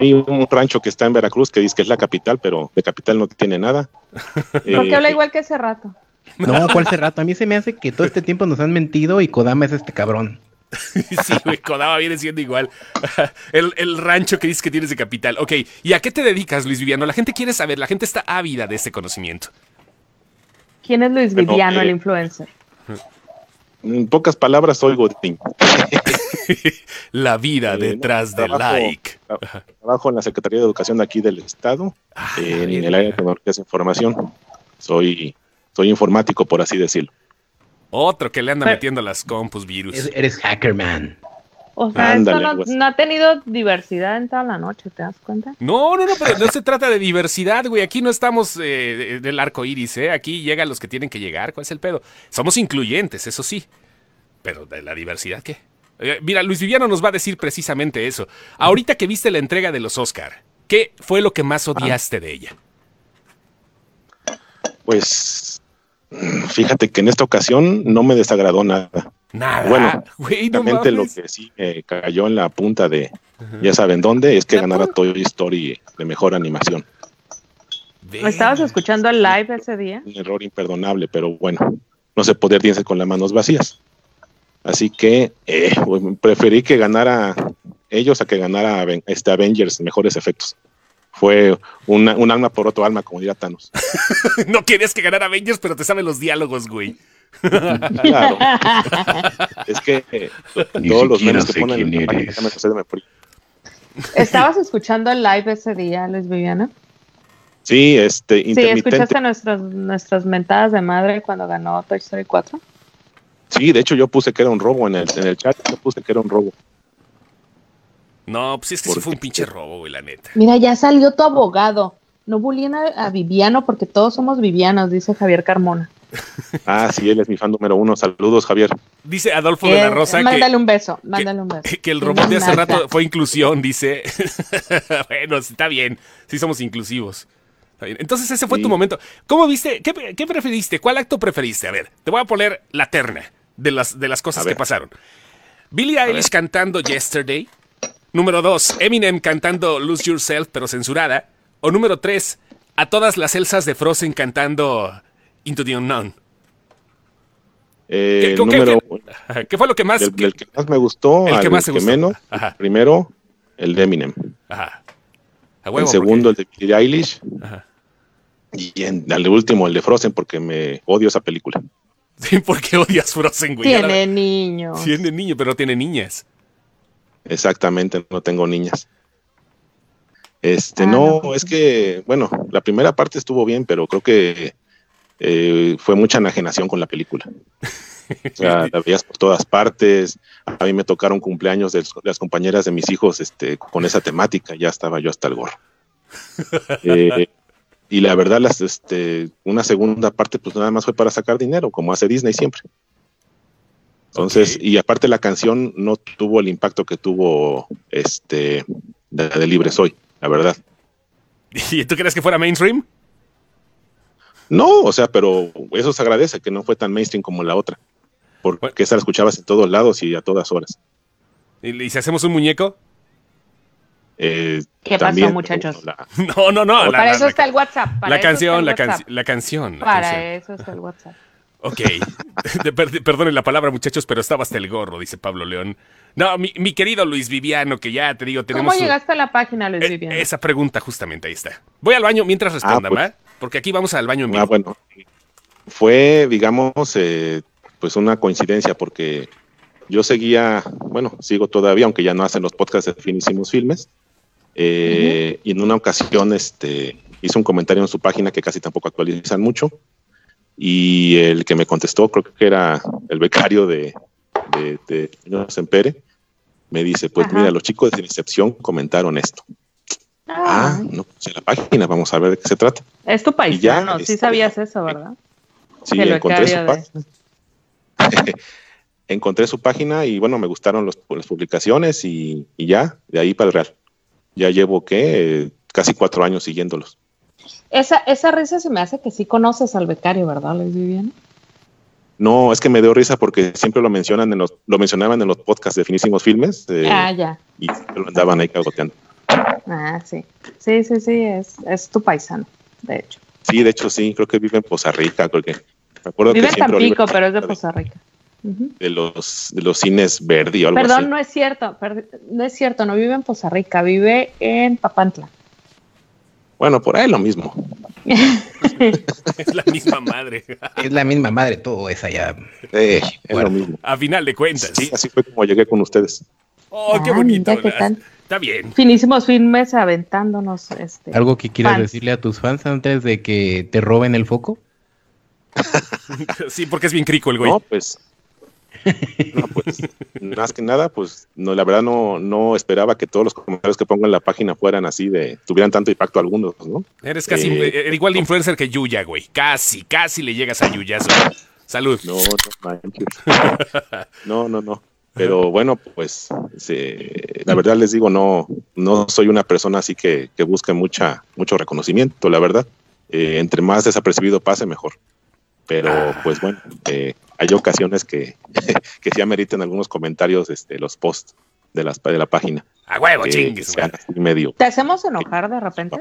hay un rancho que está en Veracruz que dice que es la capital, pero de capital no tiene nada.
¿Por qué
Eh,
habla igual que hace rato?
No, ¿cuál hace rato? A mí se me hace que todo este tiempo nos han mentido y Kodama es este cabrón.
Sí, güey, Kodama viene siendo igual. El, el rancho que dices que tienes de capital. Ok, ¿y a qué te dedicas, Luis Viviano? La gente quiere saber, la gente está ávida de este conocimiento.
¿Quién es Luis
Bueno,
Viviano,
eh,
el influencer?
En pocas palabras, soy Godín.
La
Eh,
vida detrás del like.
tra- Trabajo en la Secretaría de Educación de aquí del Estado,
Ah,
en el área de tecnologías de información. Soy, soy informático, por así decirlo.
Otro que le anda metiendo las compus virus.
Eres hackerman.
O sea,
Ándale,
esto
algo
no,
así.
no ha tenido diversidad en toda la noche, ¿te das cuenta?
No, no, no, pero no se trata de diversidad, güey. Aquí no estamos eh, del arco iris, ¿eh? Aquí llegan los que tienen que llegar. ¿Cuál es el pedo? Somos incluyentes, eso sí. Pero de la diversidad, ¿qué? Eh, mira, Luis Viviano nos va a decir precisamente eso. Ahorita que viste la entrega de los Oscar, ¿qué fue lo que más odiaste de ella?
Pues mm, fíjate que en esta ocasión no me desagradó nada.
Nada.
Bueno,
Güey, no
realmente lo
mames.
que sí me cayó en la punta de, ya saben dónde, es que ganara Toy Story de mejor animación.
¿Estabas escuchando el live ese día?
un error imperdonable, pero bueno, no se podía dientes con las manos vacías. Así que eh, bueno, preferí que ganara ellos a que ganara Aven- este Avengers mejores efectos. Fue una- un alma por otro alma, como diría Thanos.
no querías que ganara Avengers, pero te saben los diálogos, güey.
Claro. es que eh, todos los memes que ponen en la página ya me sucede de memoria.
¿Estabas escuchando el live ese día, Luis Viviano?
Sí, este
Sí,
intermitente.
¿escuchaste nuestros, nuestras mentadas de madre cuando ganó Toy Story 4?
Sí, de hecho yo puse que era un robo en el, en el chat, yo puse que era un robo.
No, pues es que sí fue un pinche robo, güey, la neta.
Mira, ya salió tu abogado. No bullying a, a Viviano porque todos somos Vivianos, dice Javier Carmona.
Ah, sí, él es mi fan número uno. Saludos, Javier.
Dice Adolfo de la
Eh,
Rosa que,
mándale un beso, mándale un beso.
que el
Sí,
robot de hace
manda.
rato fue inclusión, dice. bueno, está bien, sí somos inclusivos. Está bien. Entonces ese fue tu momento. ¿Cómo viste? ¿Qué, qué preferiste? ¿Cuál acto preferiste? A ver, te voy a poner la terna de las, de las cosas que pasaron. Billie Eilish cantando Yesterday. Número 2, Eminem cantando Lose Yourself pero censurada. O número 3, a todas las Elsas de Frozen cantando Into the Unknown.
Eh,
¿Qué- con qué-
número
Ajá, ¿Qué fue lo que más...
del, del que más me gustó,
El
al
que
que
más te gustó.
menos, el primero, el de Eminem.
Ajá. A huevo,
el segundo, el de Billie Eilish. Y en, al último, el de Frozen, porque me odio esa película.
Sí, porque odias Frozen, güey. Ya la-
Tiene niño.
Tiene niño, pero no tiene niñas.
Exactamente, no tengo niñas. Este,
Ah,
no, es que, bueno, la primera parte estuvo bien, pero creo que eh, fue mucha enajenación con la película. O sea, la veías por todas partes. A mí me tocaron cumpleaños de las compañeras de mis hijos este, con esa temática. Ya estaba yo hasta el gorro. Eh, y la verdad, las, este, una segunda parte, pues nada más fue para sacar dinero, como hace Disney siempre. Entonces, y aparte la canción no tuvo el impacto que tuvo este la de Libre Soy, la verdad.
¿Y tú crees que fuera mainstream?
No, o sea, pero eso se agradece que no fue tan mainstream como la otra. Porque esa la escuchabas en todos lados y a todas horas.
¿Y, y si hacemos un muñeco?
Eh,
¿Qué pasó,
también,
muchachos?
No, no, no. La,
para
la-
eso está el WhatsApp.
la
para eso está
canción,
el
la, can-
WhatsApp.
la canción, la
Para
canción.
eso está el WhatsApp.
Ok. De- per- Perdonen la palabra, muchachos, pero estaba hasta el gorro, dice Pablo León. No, mi, mi querido Luis Viviano, que ya te digo,
¿Cómo
tenemos su-
llegaste a la página, Luis
Eh,
Viviano?
esa pregunta justamente, ahí está. Voy al baño mientras responda,
Ah, pues.
¿va? Porque aquí vamos al baño en vivo.
Ah, bueno. Fue, digamos, eh, pues una coincidencia porque yo seguía, bueno, sigo todavía, aunque ya no hacen los podcasts de finísimos filmes. eh, Y en una ocasión este, hice un comentario en su página que casi tampoco actualizan mucho. Y el que me contestó, creo que era el becario de, de, de Niños en Pere, me dice, pues mira, los chicos de Sin Excepción comentaron esto. Ah, no, pues, en la página, vamos a ver de qué se trata.
Es tu paisano, sí
este,
sabías eso, ¿verdad?
Sí,
Que lo
encontré su,
becario de-
página. encontré su página y bueno, me gustaron los- las publicaciones y, y ya, de ahí para el real. Ya llevo que casi cuatro años siguiéndolos.
Esa, esa risa se me hace que sí conoces al becario, ¿verdad, Luis Viviano?
No, es que me dio risa porque siempre lo mencionan en los, lo mencionaban en los podcasts de finísimos filmes eh,
Ah, ya.
y siempre lo andaban ahí cagoteando.
Ah, sí. Sí, sí, sí, es, es tu paisano, de hecho.
Sí, de hecho sí, creo que vive en Poza Rica, creo que me acuerdo
Vive
que
en
siempre
Tampico,
Oliver-
pero es de Costa Rica. Ujú.
de los de los cines Verdi o algo
Perdón,
así.
no es cierto, per- no es cierto, no vive en Poza Rica, vive en Papantla.
Bueno, por ahí lo mismo.
Es la misma madre.
Es la misma madre, todo es allá.
Eh, es lo mismo.
A final de cuentas.
Sí, así fue como llegué con ustedes.
Oh, qué
Ah,
bonito.
mira qué
¿verdad?
tal.
Está bien.
Finísimos filmes aventándonos. Este,
¿Algo que quieras
fans.
decirle a tus fans antes de que te roben el foco?
Sí, porque es bien crico el güey.
No, pues. No, pues. más que nada, pues, no, la verdad no, no esperaba que todos los comentarios que pongo en la página fueran así de, tuvieran tanto impacto algunos, ¿no?
Eres casi
Eh,
eh, eres igual de influencer que Yuya, güey. Casi, casi le llegas a Yuyazo. Salud.
No, no manches. No, no, no. Pero bueno, pues, se- la verdad les digo, no, no soy una persona así que, que busque mucha, mucho reconocimiento, la verdad. Eh, entre más desapercibido pase, mejor. Pero,
Ah.
pues bueno, eh, hay ocasiones que, que sí ameritan algunos comentarios, este, los posts de, las, de la página.
A huevo,
Eh,
chingues, güey.
sean así medio.
¿Te hacemos enojar de repente?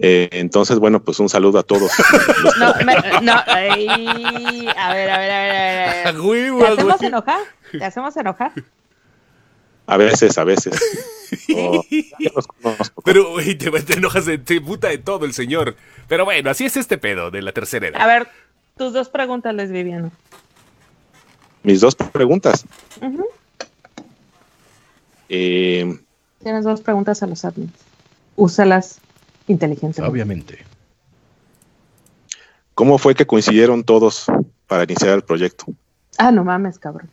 Eh, entonces, bueno, pues un saludo a todos.
No, me- no, ay, a ver, a ver, a ver, a ver, a ver. ¿Te hacemos enojar? ¿Te hacemos enojar?
A veces, a veces. No, ya los conozco.
Pero, güey, te, te enojas de te puta de todo el señor. Pero bueno, así es este pedo de la tercera edad.
A ver, tus dos preguntas, Les Viviano.
Mis dos preguntas.
Ujú.
Eh,
Tienes dos preguntas a los admins. Úsalas inteligentemente.
Obviamente.
¿Cómo fue que coincidieron todos para iniciar el proyecto?
Ah, no mames, cabrón.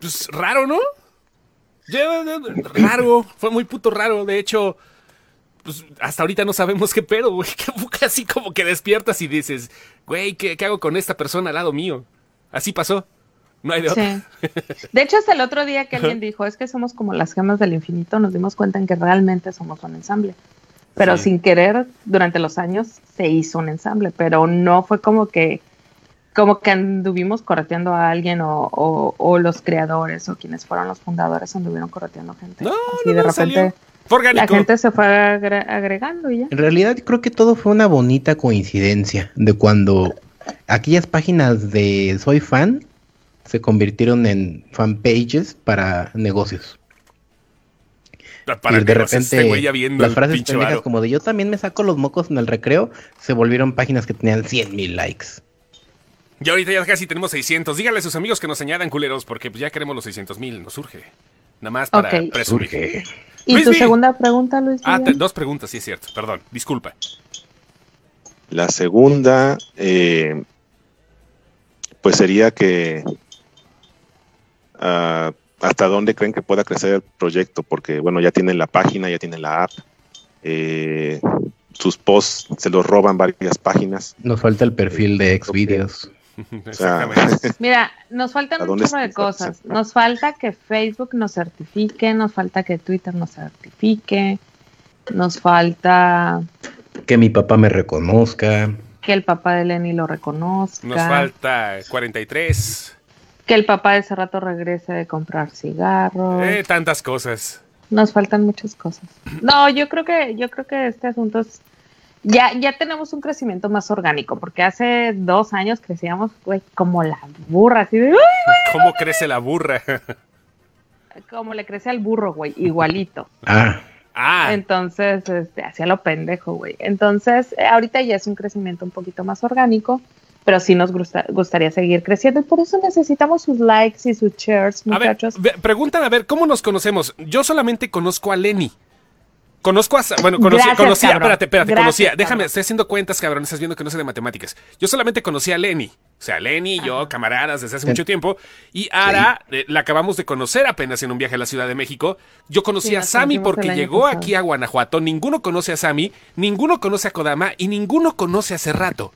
Pues raro, ¿no? Ya, ya, Raro, fue muy puto raro. De hecho, pues hasta ahorita no sabemos qué pedo, güey. Que así como que despiertas y dices, güey, ¿qué, qué hago con esta persona al lado mío? Así pasó. No hay de otra.
Sí.
De hecho, hasta el otro día que alguien dijo, es que somos como las gemas del infinito, nos dimos cuenta en que realmente somos un ensamble. Pero
Sí.
sin querer, durante los años se hizo un ensamble, pero no fue como que como que anduvimos correteando a alguien o, o- o los creadores o quienes fueron los fundadores anduvieron correteando gente.
No,
Así
no,
de
no, salió.
repente
Fue
la
orgánico.
gente se fue agre- agregando y ya.
En realidad creo que todo fue una bonita coincidencia de cuando aquellas páginas de Soy Fan se convirtieron en fanpages para negocios.
Para
y de
que no se
repente
esté, güey, ya viendo
las
el
frases
pinche
pendejas
varo.
como de yo también me saco los mocos en el recreo se volvieron páginas que tenían 100 mil likes.
Y ahorita ya casi tenemos 600. Díganle a sus amigos que nos añadan culeros porque pues, ya queremos los 600 mil. Nos surge. Nada más para
Ok.
presumir.
¿Y
Luis
tu
Vi-
segunda pregunta, Luis?
Ah, te-
Miguel?
dos preguntas, sí es cierto. Perdón, disculpa.
La segunda, eh, pues sería que ah, hasta dónde creen que pueda crecer el proyecto, porque bueno, ya tienen la página, ya tienen la app, eh, sus posts se los roban varias páginas.
Nos falta el perfil de Xvideos.
O sea,
Mira, nos faltan
¿A
un
dónde
chorro de
está esa
cosas. Nos falta que Facebook nos certifique, nos falta que Twitter nos certifique, nos falta
Ah.
Que mi papá me reconozca.
que el papá de Lenny lo reconozca,
Nos falta 43.
que el papá de ese rato regrese de comprar cigarros.
Eh, tantas cosas.
Nos faltan muchas cosas. No, yo creo que yo creo que este asunto es ya, ya tenemos un crecimiento más orgánico, porque hace dos años crecíamos, güey, como la burra, así de, "Ay,
¿Cómo crece la burra?
como le crece al burro, güey, igualito.
Ah.
Entonces, este, hacia lo pendejo, güey. Entonces, eh, ahorita ya es un crecimiento un poquito más orgánico, pero sí nos gusta- gustaría seguir creciendo y por eso necesitamos sus likes y sus shares,
A ver,
muchachos.
ve- preguntan a ver, ¿cómo nos conocemos? Yo solamente conozco a Lenny. Conozco a. Sa- Bueno, conocí-
Gracias,
conocía,
cabrón.
espérate, espérate,
Gracias,
conocía.
cabrón.
Déjame, estoy haciendo cuentas, cabrón, estás viendo que no sé de matemáticas. Yo solamente conocí a Lenny. O sea, Lenny y
Ah.
yo, camaradas desde hace mucho tiempo. Y Ara, eh, la acabamos de conocer apenas en un viaje a la Ciudad de México. Yo conocí
Sí,
a
nos
Sammy
conocimos
porque
el año
llegó
pasado.
aquí a Guanajuato. Ninguno conoce a Sammy, ninguno conoce a Kodama y ninguno conoce a Cerrato.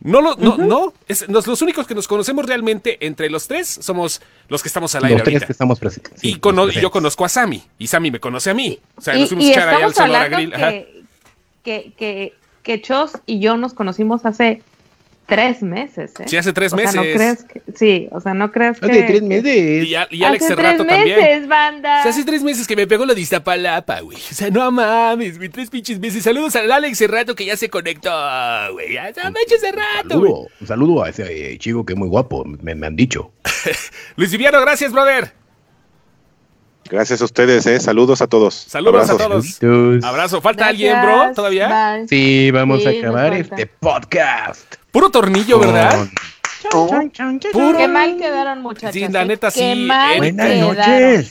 No, lo, no, no. Es- nos- los únicos que nos conocemos realmente entre los tres somos los que estamos al aire
Los tres
ahorita.
que estamos presentes.
Y, cono- y yo conozco a Sammy, y Sammy me conoce a mí. O sea,
y,
nos fuimos
y
a echar ahí al
estamos
Sonora
hablando
Grill. Ajá.
que, que, que, que Chos y yo nos conocimos hace tres meses. ¿eh?
Sí, hace tres
O sea, no
meses.
crees que- sí, o sea, no crees que...
Hace tres meses. Y a- y Alex
hace
Cerrato
tres
también.
meses, banda.
O sea, hace tres meses que me pegó la distapalapa, güey. O sea, no mames, güey. Tres pinches meses. Saludos al Alex Cerrato que ya se conectó, güey. Ya se me eches de rato, güey.
Saludo, un saludo a ese eh, chico que es muy guapo, me, me han dicho.
Luis Viviano, gracias, brother.
Gracias a ustedes, eh. saludos a todos.
Saludos a
Abrazos.
todos. Abrazo. ¿Falta
Gracias,
alguien, bro? ¿Todavía?
Sí, vamos
Sí,
a
nos
acabar
falta.
este podcast.
Puro tornillo, ¿verdad? Puro-
Qué mal quedaron, muchachos. ¿eh?
Sí, la neta,
Qué
sí, eh,
mal
Eric. Buenas
quedaron.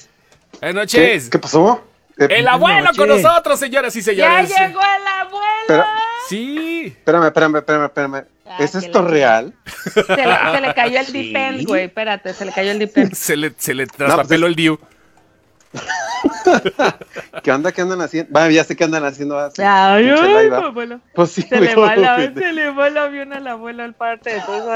Buenas noches.
¿Qué, qué pasó? Eh,
El abuelo
buenas
con
noches.
nosotros, señoras y señores.
Ya llegó el abuelo.
Espera-
Sí.
Espérame, espérame, espérame, espérame. ¿Es esto real?
Se le, se le cayó el dipen, güey. Espérate, se le cayó el dipen.
Se le, se le
pues
traspapeló el Diu.
¿Qué onda? ¿Qué andan haciendo? Bueno, ya sé qué andan haciendo. ah, sí.
Ay,
Pinche
ay,
laiba.
abuelo.
Pues sí,
Se le
güey,
va la,
güey.
se le va el avión al abuelo al parte de todo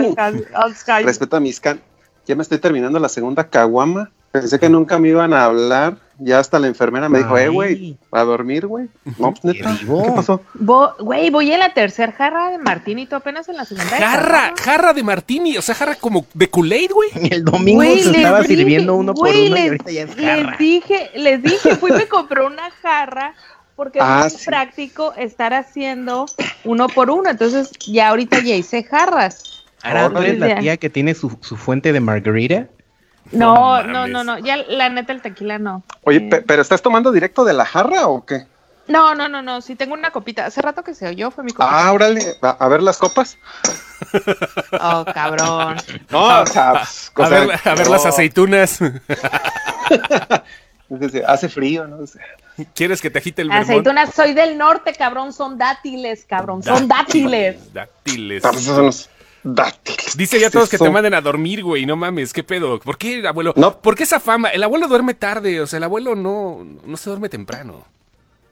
Alzheimer.
Respeto a mis can. Ya me estoy terminando la segunda caguama. Pensé que nunca me iban a hablar. Ya hasta la enfermera me dijo, eh, güey, a dormir, güey. No, pues, neta, ¿qué pasó?
Vo- Güey, voy en la tercera jarra de Martín y tú apenas en la segunda.
Jarra, jarra de martini, o sea, jarra como de Kool-Aid, güey.
El domingo
Güey,
se
le
estaba
dije-
sirviendo uno por
güey,
uno y
les-
ahorita ya es
Les
jarra.
dije, les dije, fui y me compré una jarra porque
Ah,
es muy
sí.
práctico estar haciendo uno por uno. Entonces, ya ahorita ya hice jarras.
Ahora ¿no eres
Entonces,
la
ya-
tía que tiene su, su fuente de margarita?
No, no, no, no, ya la neta el tequila no.
Oye, pe- ¿pero estás tomando directo de la jarra o qué?
No, no, no, no, sí tengo una copita. Hace rato que se oyó, fue mi copita.
Ah, órale, a, a ver las copas.
Oh, cabrón.
No, o sea, pues, o
A
sea,
ver, a ver
no.
las aceitunas.
Hace frío, ¿no?
¿Quieres que te agite el vermón?
Aceitunas, soy del norte, cabrón, son dátiles, cabrón, son dátiles.
Dátiles.
Ah, pues, son los dátiles.
Dice ya
¿Qué
todos que te
son?
manden a dormir, güey. No mames, ¿qué pedo? ¿Por qué, abuelo? No. ¿Por qué esa fama? El abuelo duerme tarde, o sea, el abuelo no, no se duerme temprano.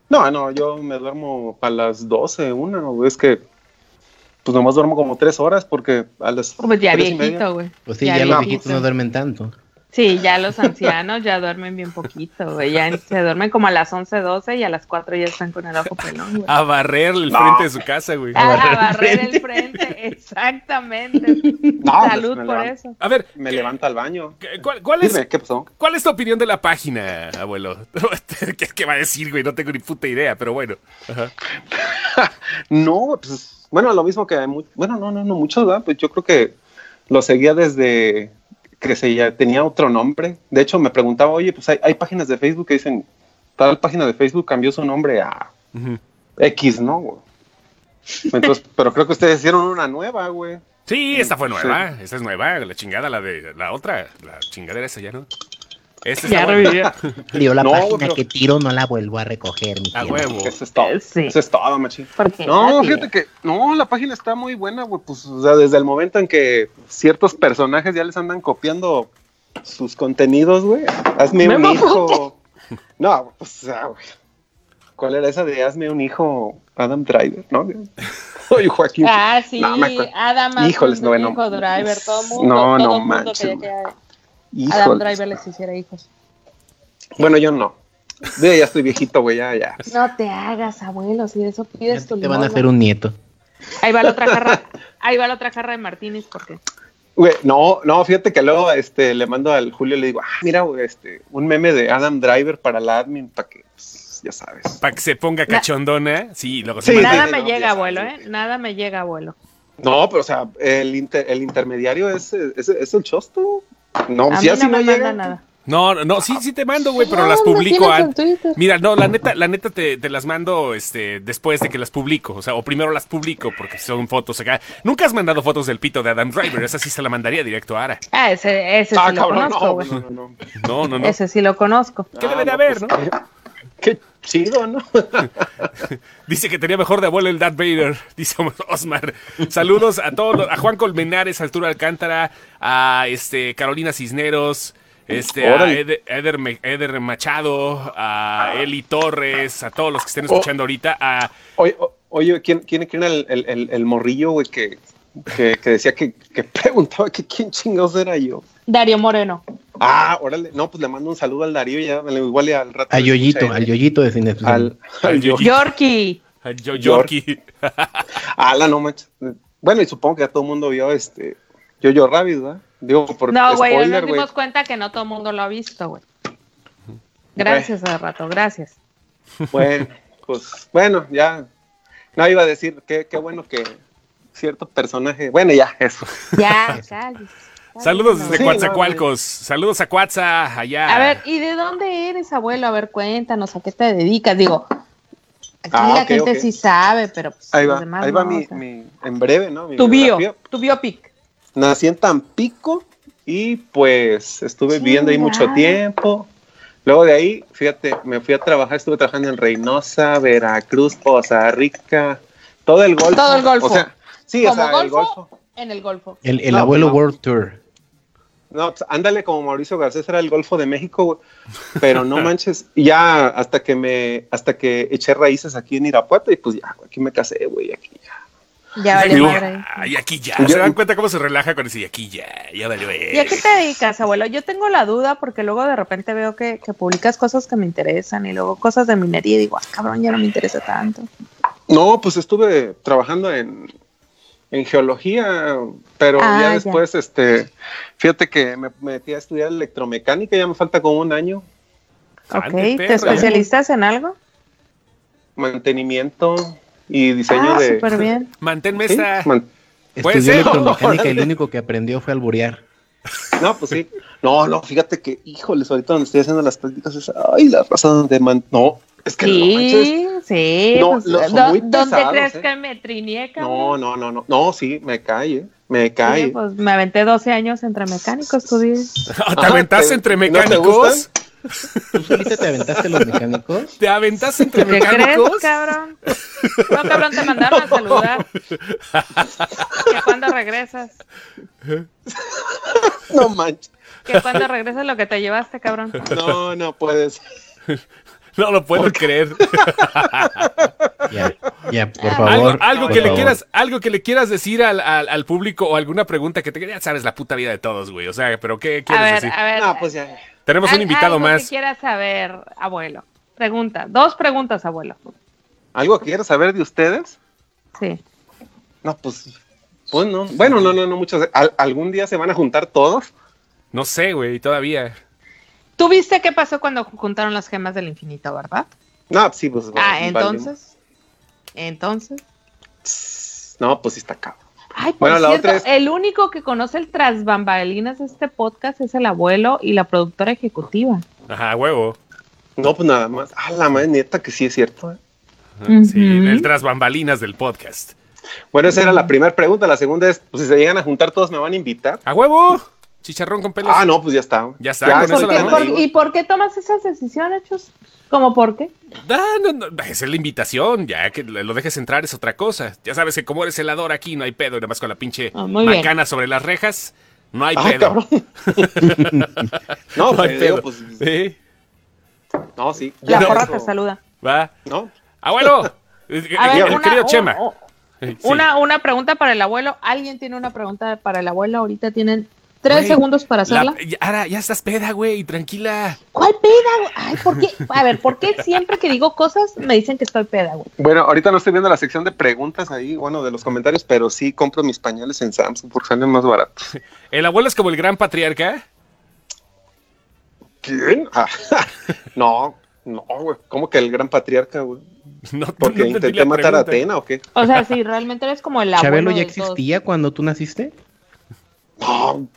No, no, yo me duermo a las 12, una, o es que pues nomás duermo como tres horas porque a las
Pues ya
tres y media-
viejito, güey.
Pues sí, ya los
viejito.
viejitos no duermen tanto.
Sí, ya los ancianos ya duermen bien poquito, güey. Ya se duermen como a las 11, 12 y a las 4 ya están con el ojo pelón, güey.
A barrer el
No.
frente de su casa, güey.
Ah, A barrer el frente, exactamente.
pues,
Salud
me
por
levanto.
eso.
A ver.
Me levanto al baño.
¿Cuál, cuál es,
Dime, ¿qué pasó?
¿Cuál es tu opinión de la página, abuelo? ¿Qué, qué va a decir, güey? No tengo ni puta idea, pero bueno. Ajá.
No, pues bueno, lo mismo que mu- bueno, no, no, no muchos, ¿verdad? Pues yo creo que lo seguía desde que se ya tenía otro nombre. De hecho, me preguntaba, oye, pues hay, hay páginas de Facebook que dicen tal página de Facebook cambió su nombre a X, ¿no? güey?" Entonces, pero creo que ustedes hicieron una nueva, güey.
Mm, Sí, esta fue nueva. Esta es nueva. La chingada, la de la otra. La chingadera esa ya, ¿no? Esta está
Ya
buena.
revivió. Digo, la
No,
página
pero-
que tiro no la vuelvo a recoger, mi
A
cielo.
huevo.
Eso es todo. Eso es todo, machín.
Porque
No,
la
fíjate que no, la página está muy buena, güey. Pues, o sea, desde el momento en que ciertos personajes ya les andan copiando sus contenidos, güey. Hazme
Memo
un hijo. No, pues, o sea, güey. ¿Cuál era esa de hazme un hijo Adam Driver, no? Oye, Joaquín.
Ah, sí,
No, me acuerdo.
Adam
Híjoles, no, no.
hijo Driver, todo mundo,
No, no
todo mundo
manches,
quería que Adam
Híjoles.
Driver les hiciera hijos.
Bueno, yo no. Yo ya estoy viejito, güey, ya, ya.
No te hagas, abuelo, si de eso pides tu
Te van a
limosna.
hacer un nieto.
Ahí va la otra jarra, ahí va la otra jarra de Martínez, porque
Güey, no, no, fíjate que luego este, le mando al Julio y le digo, ah, mira, güey, este, un meme de Adam Driver para la admin, para que, pues, ya sabes.
Para que se ponga cachondona. Sí, luego se
Sí,
manda.
sí,
Nada
sí,
me
no,
llega, abuelo, ¿eh? Nada me llega, abuelo.
No, pero o sea, el, inter- el intermediario es, es, es el chosto. No,
a
si
mí
así
no me
no,
manda
llega.
nada.
No, no, no, sí, sí te mando, güey, pero
No,
las
no
publico
tienes en
an-
Twitter.
Mira, no, la neta, la neta te, te las mando este después de que las publico. O sea, o primero las publico porque son fotos acá. Nunca has mandado fotos del pito de Adam Driver, esa sí se la mandaría directo a Ara.
Ah, ese, ese sí lo conozco, güey.
No, no, no.
Ese sí lo conozco.
¿Qué debe de haber, Ah, no?
Qué chido, ¿no?
Dice que tenía mejor de abuelo el Darth Vader, dice Osmar. Saludos a todos, los- a Juan Colmenares, a Arturo Alcántara, a este Carolina Cisneros, este, a
Órale.
Ed- Eder, Me- Eder Machado, a Eli Torres, a todos los que estén escuchando ahorita, a
Oh. Oye, oh. o- oye, ¿quién, quién, quién era el, el, el- el morrillo, güey, que, que, que decía que, que preguntaba que quién chingados era yo?
Darío Moreno.
Ah, órale, no, pues le mando un saludo al Darío, ya le- igual y al rato.
A Yoyito,
escucha
al
él.
Yoyito de Cine.
Al, al Yo-
Yorkie.
a Yo-
Yorkie.
Yorkie.
Ala, no manches. Bueno, y supongo que ya todo el mundo vio este Yo Yo Rabbit, ¿verdad? Digo, por
No, güey, hoy
spoiler,
nos
güey.
dimos cuenta que no todo el mundo lo ha visto, güey. Gracias, de rato, gracias.
Bueno, pues, bueno, ya. No iba a decir, qué, qué bueno que cierto personaje. Bueno, ya, eso.
Ya, cállese.
Saludos desde
Sí,
Coatzacoalcos. Saludos a Coatza, allá.
A ver, ¿y de dónde eres, abuelo? A ver, cuéntanos, ¿a qué te dedicas? Digo, aquí
Ah,
la
ok,
gente
ok.
sí sabe, pero pues,
Ahí
los
va,
demás
ahí va
no,
mi,
o sea.
mi- en breve, ¿no? Mi
Tu bio,
biografía.
tu biopic.
Nací en Tampico y pues estuve
Sí,
viviendo ahí mucho
mira.
tiempo. Luego de ahí, fíjate, me fui a trabajar, estuve trabajando en Reynosa, Veracruz, Poza Rica, todo el golfo.
Todo el golfo.
O sea, sí, o
Como
sea, el
golfo,
golfo.
en el golfo.
El, el
No,
abuelo
no.
World Tour.
No, pues, ándale como Mauricio Garcés era el Golfo de México, güey. pero no manches, Y ya hasta que me, hasta que eché raíces aquí en Irapuato y pues ya, güey, aquí me casé, güey, aquí ya.
Ya vale
Digo,
madre.
Ay, aquí ya.
Yo-
¿Se dan cuenta cómo se relaja con ese? Y aquí ya, ya valió. eh.
¿Y a qué te dedicas, abuelo? Yo tengo la duda porque luego de repente veo que, que publicas cosas que me interesan y luego cosas de minería y digo, ah, cabrón, ya no me interesa tanto.
No, pues estuve trabajando en, en geología, pero
Ah, ya.
ya después, este, fíjate que me metí a estudiar electromecánica, ya me falta como un año,
Ok,
Ande,
¿te
perra.
especialistas en algo?
mantenimiento y diseño
ah,
de...
súper bien.
Manténme
Sí,
esta.
man-
Puede
Estudió
ser.
electromecánica y lo único que aprendió fue alburear.
No, pues sí. No, no, fíjate que, híjoles, ahorita donde estoy haciendo las prácticas es, ay, la raza donde man... No, es que no manches.
Sí, sí.
No,
pues,
lo- son
¿dó-
muy
¿Dónde
pesados,
crees
eh?
que me trineé, cabrón?
No, no, no, no. No, sí, me cae, eh. me
Sí,
cae.
pues me aventé 12 años entre mecánicos, tú dices.
Ah, ¿Te aventaste
te-
entre
¿no te
mecánicos?
¿Tú solita te aventaste los mecánicos?
¿Te aventaste entre
¿Qué crees,
mecánicos?
cabrón? No, cabrón, te mandaron a saludar. Que cuando regresas,
No manches.
que cuando regresas lo que te llevaste, cabrón.
No, no puedes.
No lo puedo creer.
Ya,
Ah,
ya, por
Algo,
favor.
algo
por
que le
favor.
quieras, algo que le quieras decir al, al- al público o alguna pregunta que te ya sabes la puta vida de todos, güey. O sea, pero ¿qué
A
quieres
ver,
decir?
a ver.
No, pues ya.
Tenemos
al-
un invitado
algo que
más.
quieras saber, abuelo. Pregunta, dos preguntas, abuelo.
¿Algo quieres saber de ustedes?
Sí.
No, pues, pues no. Bueno, no, no, no, muchos. Al- ¿Algún día se van a juntar todos?
No sé, güey, todavía.
Tú viste qué pasó cuando juntaron las gemas del infinito, ¿verdad?
No, sí, pues.
Ah,
vale.
entonces. Entonces.
No, pues sí está cabrón.
Ay, por
Bueno, la
cierto,
otra es-
el único que conoce el tras bambalinas de este podcast es el abuelo y la productora ejecutiva.
Ajá, huevo.
No, pues nada más. Ah, la madre neta que sí es cierto. eh.
Sí,
Ujú.
el tras bambalinas del podcast.
Bueno, esa era la primera pregunta. La segunda es, pues si se llegan a juntar todos, ¿me van a invitar?
¡A huevo! Chicharrón con pelos.
Ah, no, pues ya está.
Ya está,
Ya,
con
con
¿Por
eso
eso
qué?
la
¿Por-
digo.
¿Y por qué tomas esas decisiones, Chus? ¿Cómo por qué?
Ah, no, no, esa es la invitación, ya que lo dejes entrar es otra cosa. Ya sabes que como eres helador aquí no hay pedo, nada más con la pinche
Ah, muy bien.
macana sobre las rejas, no hay
Ah,
pedo.
cabrón. no,
No hay
pues, digo,
pedo.
pues,
Sí,
no, sí.
La
Ya,
porra
eso.
te saluda.
Va.
No, Oh,
Abuelo,
Eh,
el,
A
el-
ver,
el
una,
querido
un-
Chema.
un-
Sí.
una, una pregunta para el abuelo. ¿Alguien tiene una pregunta para el abuelo? Ahorita tienen Tres
Güey,
segundos para hacerla.
la- ya- Ara, ya estás peda, güey, tranquila.
¿Cuál peda? güey? Ay, ¿por qué? A ver, ¿por qué siempre que digo cosas me dicen que estoy peda, güey?
Bueno, ahorita no estoy viendo la sección de preguntas ahí, bueno, de los comentarios, pero sí compro mis pañales en Samsung porque salen más baratos.
El abuelo es como el gran patriarca.
¿Quién? Ah, no, no, güey. ¿Cómo que el gran patriarca, güey?
No,
porque
no entendí
intenté
la
matar a
pregunta.
Atena o qué?
O sea, si realmente eres como el abuelo
¿Chabelo ya
de
existía cuando tú naciste?
No.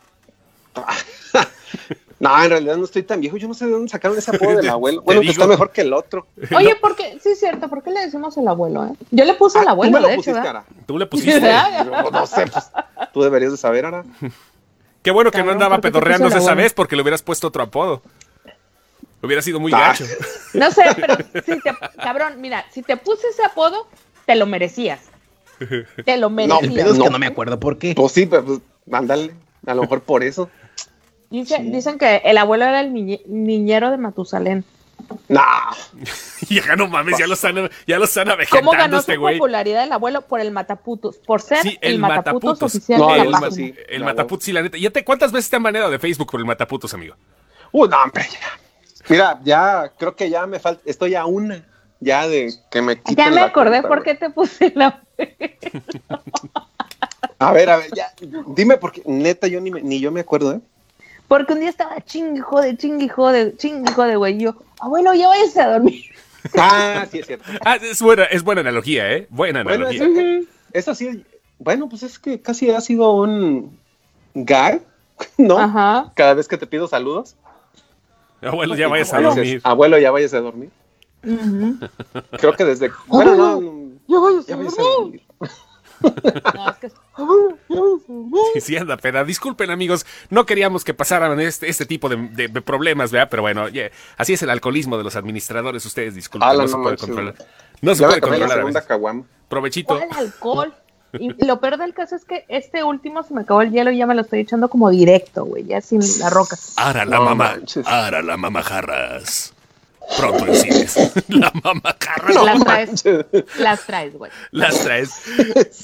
No, en realidad no estoy tan viejo. Yo no sé de dónde sacaron ese apodo del abuelo.
Te
Bueno, que
digo.
está mejor que el otro.
todos. Oye, ¿por qué? Sí, es cierto, ¿por qué le decimos el abuelo, eh? Yo le puse al abuelo,
Ah,
¿eh?
me lo
de hecho,
pusiste,
¿verdad?
Ara.
Tú le
pusiste.
Yo no sé, pues, tú deberías de saber, Ara.
Qué bueno que no andaba
¿por qué te
pedorreándose
puso el
esa
abuelo?
vez porque le hubieras puesto otro apodo. Hubiera sido muy
Ah.
gacho.
No sé, pero si te, cabrón, mira, si te puse ese apodo, te lo merecías. Te lo merecías.
me acuerdo por qué. Pues sí, pero, pues, ándale. A lo mejor por eso.
Dice- Dicen que el abuelo era el niñe- niñero de Matusalén.
Nah.
ya no mames, ya lo están, ya lo están
¿Cómo
avejentando
ganó
este
su
güey.
popularidad el abuelo? Por el Mataputos. Por ser
Sí,
el,
el
Mataputos,
mataputos.
oficial de la
el
página.
ma- el mataputos, sí, la neta. ¿Ya te, ¿Cuántas veces te han baneado de Facebook por el mataputos, amigo?
Uh, no, hombre, ya. Mira, ya creo que ya me falta. Estoy a una. Ya de que me quiten
Ya me
la
acordé
cuenta,
por
güey.
qué te puse la...
A ver, a ver, ya. Dime porque neta yo ni, me- ni yo me acuerdo, ¿eh?
Porque un día estaba chingue, jode, chingue, jode, chingue, jode, güey. Y yo, abuelo, ya váyase a dormir.
Ah, sí es cierto.
Ah, es buena, es buena analogía, ¿eh? Buena
Bueno,
analogía.
eso, eso sí, bueno, pues es que casi ha sido un gag, ¿no? Cada vez que te pido saludos.
Abuelo, ya vayas a
Abuelo,
dormir.
Abuelo, ya vayas a dormir. Creo que desde... Bueno, no, no,
Ya
ya
váyase
vayas
a
a
dormir.
dormir.
No, es que- Abuelo, ya váyase a dormir.
Sí, sí, anda, peda. Disculpen, amigos, no queríamos que pasaran este, este tipo de, de- de problemas, ¿verdad? Pero bueno, ya, así es el alcoholismo de los administradores, ustedes disculpen,
Ala,
no se
no
puede
manches.
controlar. No se
Ya me
puede
acabé la
controlar. a
segunda
veces.
caguama.
Provechito.
¿Cuál alcohol? Y lo peor del caso es que este último se me acabó el hielo y ya me lo estoy echando como directo, güey, ya sin la roca.
Ara la
No
mamá, ara la mamajarras. Pronto en cines. la mamajarras.
las, traes, las traes, güey.
Las traes.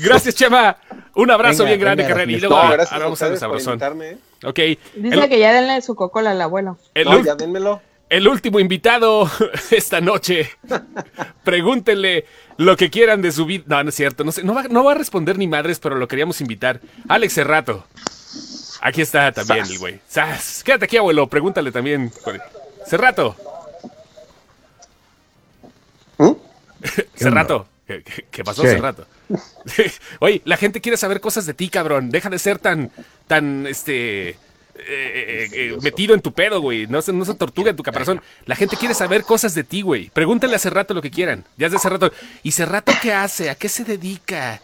Gracias, Chema. Un abrazo
Venga,
bien grande,
venga,
carnal. Y
Rafa,
luego
no,
ahora
gracias a
vamos a
ustedes
los
por
abrazón.
invitarme, ¿eh?
Ok.
Dice
El-
que ya denle su cocola al abuelo.
El
No,
ul-
ya dénmelo.
El último invitado esta noche. Pregúntenle lo que quieran de su vida. No, no es cierto. No, sé, no, va, no va a responder ni madres, pero lo queríamos invitar. Alex Cerrato. Aquí está también el güey. Sas. Quédate aquí, abuelo. Pregúntale también. güey. Cerrato. Cerrato. ¿Qué, qué- qué pasó,
¿Qué?
Cerrato? Oye, la gente quiere saber cosas de ti, cabrón. Deja de ser tan, tan, este, eh, eh, eh, metido en tu pedo, güey. No, se- no se tortuga en tu caparazón. La gente quiere saber cosas de ti, güey. Pregúntale a Cerrato lo que quieran. Ya es de Cerrato. ¿Y Cerrato qué hace? ¿A qué se dedica?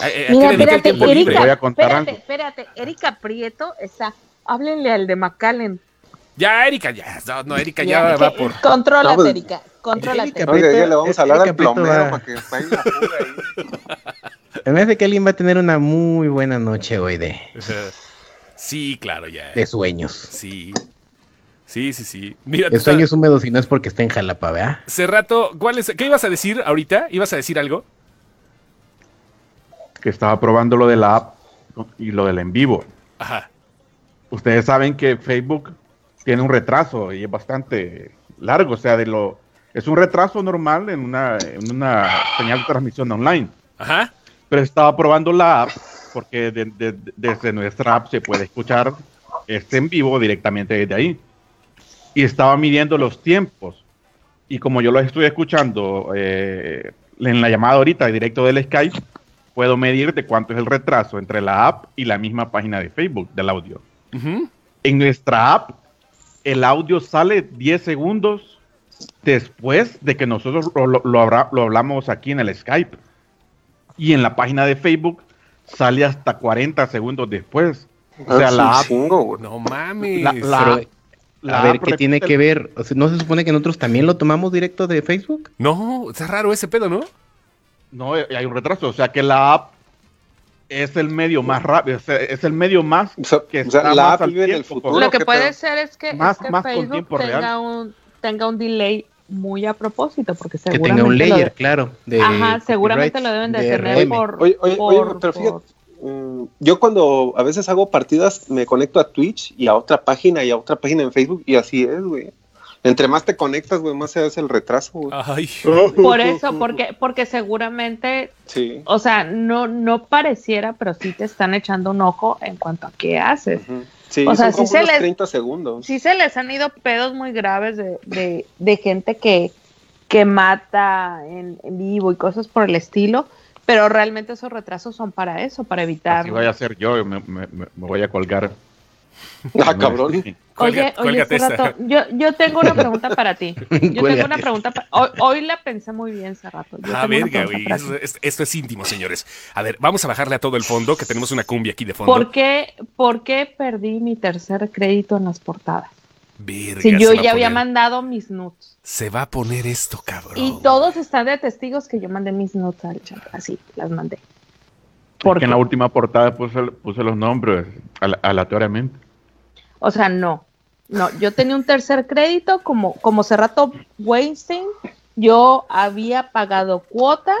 ¿A, a- a qué
Mira,
dedica el
espérate,
este tiempo libre?
Erika, espérate, espérate, Erika Prieto está, háblenle al de Macallen.
Ya, Erika, ya. No, no, Erika
Mira,
ya
es
va
que-
por...
Contrólate,
No, pues,
Erika, contrólate.
Oye, ya le vamos a hablar
Erika
al
Prieto
plomero
va.
para que vayan a fuga ahí.
Me parece que alguien va a tener una muy buena noche hoy de,
Sí, claro, ya.
de sueños.
Sí. Sí, sí, sí. Mira, tú
de
estás-
sueños húmedos y no es porque esté en Jalapa, ¿verdad?
Cerrato, ¿cuál es- ¿qué ibas a decir ahorita? ¿Ibas a decir algo?
que estaba probando lo de la app y lo del en vivo.
Ajá.
Ustedes saben que Facebook tiene un retraso y es bastante largo, o sea, de lo es un retraso normal en una, en una señal de transmisión online.
Ajá.
Pero estaba probando la app porque de- de- desde nuestra app se puede escuchar este en vivo directamente desde ahí. Y estaba midiendo los tiempos. Y como yo los estoy escuchando eh, en la llamada ahorita directo del Skype, puedo medir de cuánto es el retraso entre la app y la misma página de Facebook del audio. En nuestra app, el audio sale 10 segundos después de que nosotros lo, lo- lo habrá- lo hablamos aquí en el Skype. Y en la página de Facebook sale hasta 40 segundos después. O
Ah,
sea, la app,
No mames.
La- la-
Pero,
la
a ver,
app
¿qué tiene
repite-
que ver? O sea, ¿No se supone que nosotros también lo tomamos directo de Facebook?
No, está raro ese pedo, ¿no?
no, eh, hay un retraso. O sea, que la app es el medio más rápido, o sea, es el medio más que está
la
más
app
al
vive en el
tiempo.
futuro,
Lo que puede ser es que,
Más-
es que
más con
Facebook
tiempo real.
tenga un, tenga un delay muy a propósito, porque
Que
seguramente
tenga
lo
un layer,
de-
claro.
Ajá, seguramente lo deben de tener
DRM.
por,
Oye, oye,
por-
pero
por-
fíjate, mm, yo cuando a veces hago partidas me conecto a Twitch y a otra página y a otra página en Facebook y así es, güey. Entre más te conectas, güey, más se hace el retraso, güey.
Por eso, porque, porque seguramente,
Sí.
o sea, no, no pareciera, pero sí te están echando un ojo en cuanto a qué haces.
Sí,
O sea,
son como
sí se
unos
les-
30 segundos.
Sí se les han ido pedos muy graves de, de- de gente que, que mata en, en vivo y cosas por el estilo, pero realmente esos retrasos son para eso, para evitar.
Si voy a hacer yo, me, me- me- me voy a colgar.
Ah, cabrón.
Oye, oye, Cerrato, yo, yo tengo una pregunta para ti. Yo tengo una
Cuélgate.
pregunta. pa- hoy, hoy la pensé muy bien, Cerrato. Yo
Ah,
tengo una
verga,
pregunta
güey.
para ti.
Eso es- esto es íntimo, señores. A ver, vamos a bajarle a todo el fondo, que tenemos una cumbia aquí de fondo.
¿Por qué, ¿Por qué perdí mi tercer crédito en las portadas?
Verga,
Si yo
se va a
ya había
poner-
mandado mis nudes.
Se va a poner esto, cabrón.
Y todos están de testigos que yo mandé mis nudes al chat. Así, las mandé.
Porque en la última portada puse, puse los nombres al- aleatoriamente.
O sea, no. No, yo tenía un tercer crédito como, como Cerrato Weinstein. Yo había pagado cuota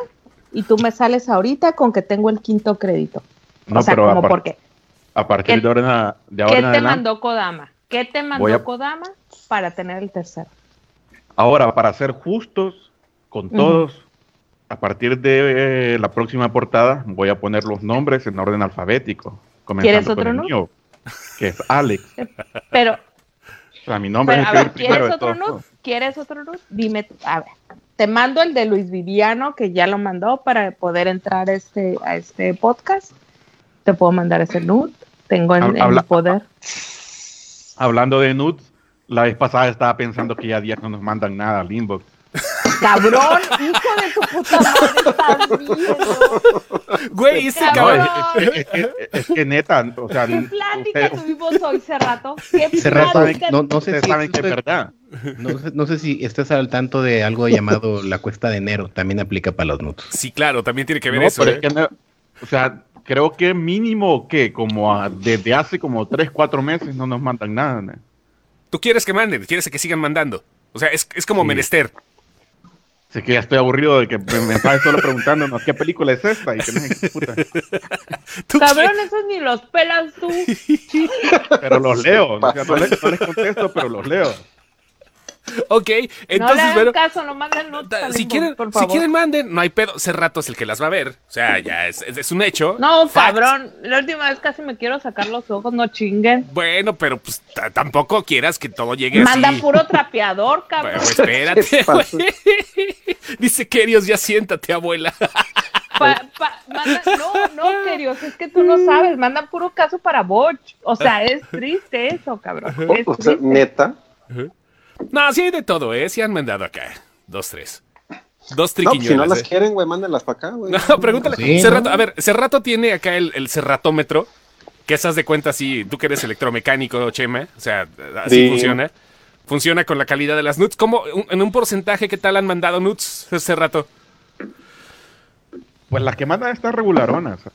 y tú me sales ahorita con que tengo el quinto crédito.
No,
o sea,
pero
como
apar-
porque.
A partir de ahora en, a- de ahora
¿Qué
en
te
adelante.
mandó Kodama? ¿Qué te
Voy
mandó
a-
Kodama para tener el tercero?
Ahora, para ser justos con
Ujú.
todos, a partir de eh, la próxima portada voy a poner los nombres en orden alfabético.
¿Quieres
Comenzando con
otro
el
no?
mío, que es Alex.
Pero,
O sea, mi nombre
pero,
es
a
el
ver,
primero
¿quieres
de
otro
todos.
nude? ¿Quieres otro nude? Dime, tú. a ver, te mando el de Luis Viviano, que ya lo mandó para poder entrar a este, a este podcast. Te puedo mandar ese nude. Tengo en,
Hab-
en mi
habla-
poder.
Hablando de nudes, la vez pasada estaba pensando que ya días no nos mandan nada al inbox.
¡Cabrón! ¡Hijo de tu puta madre! estás viendo!
Güey, ese
¡Cabrón!
es, es- es- es que neta, o sea,
¿Qué plática
ustedes-
tuvimos hoy, Cerrato? ¿Qué
Cerrato,
plática
no, no sé
ustedes
si
saben que es
estoy-
verdad.
No, sé- no sé si estás al tanto de algo llamado la cuesta de enero, también aplica para los nuts.
Sí, claro, también tiene que ver
No,
eso.
pero
¿eh?
es que no- o sea, creo que mínimo que como a- desde hace como 3, 4 meses no nos mandan nada. ¿no?
Tú quieres que manden, quieres que sigan mandando. O sea, es, es como menester.
Así que ya estoy aburrido de que me me estás solo preguntándonos qué película es esta y que no sé qué puta.
Cabrón, esos ni los pelas tú.
Pero los leo, o sea, no, les, no les contesto, pero los leo.
Ok,
no le
entonces,
hagan
pero
caso, no manden notas. al
si
inbox,
quieren,
por
si
favor.
quieren manden, no hay pedo. Cerrato es el que las va a ver. O sea, ya es, es- es un hecho.
No,
Fact.
cabrón, la última vez casi me quiero sacar los ojos, no chinguen.
Bueno, pero pues t- tampoco quieras que todo llegue
Manda
así.
puro trapeador, cabrón.
Pero espérate, güey. Dice Kerios, ya siéntate, abuela.
Pa- pa- manda- no, no, queridos, es que tú no sabes, mandan puro caso para Botch. O sea, es triste eso, cabrón. Es
O sea,
triste.
neta.
No, sí hay de todo, ¿eh? Sí han mandado acá. Dos, tres. Dos
No, pues, si no
triquiñuelas.
las
¿eh?
quieren, güey, mándenlas para acá, güey.
No, pregúntale.
Sí, ¿no?
Cerrato, a ver, Cerrato tiene acá el, el cerratómetro, que estás de cuenta así, tú que eres electromecánico, Chema, o sea, así
Sí.
funciona. Funciona con la calidad de las nuts. ¿Cómo, un- en un porcentaje, qué tal han mandado nuts, Cerrato?
Pues las que mandan están regularonas. eh.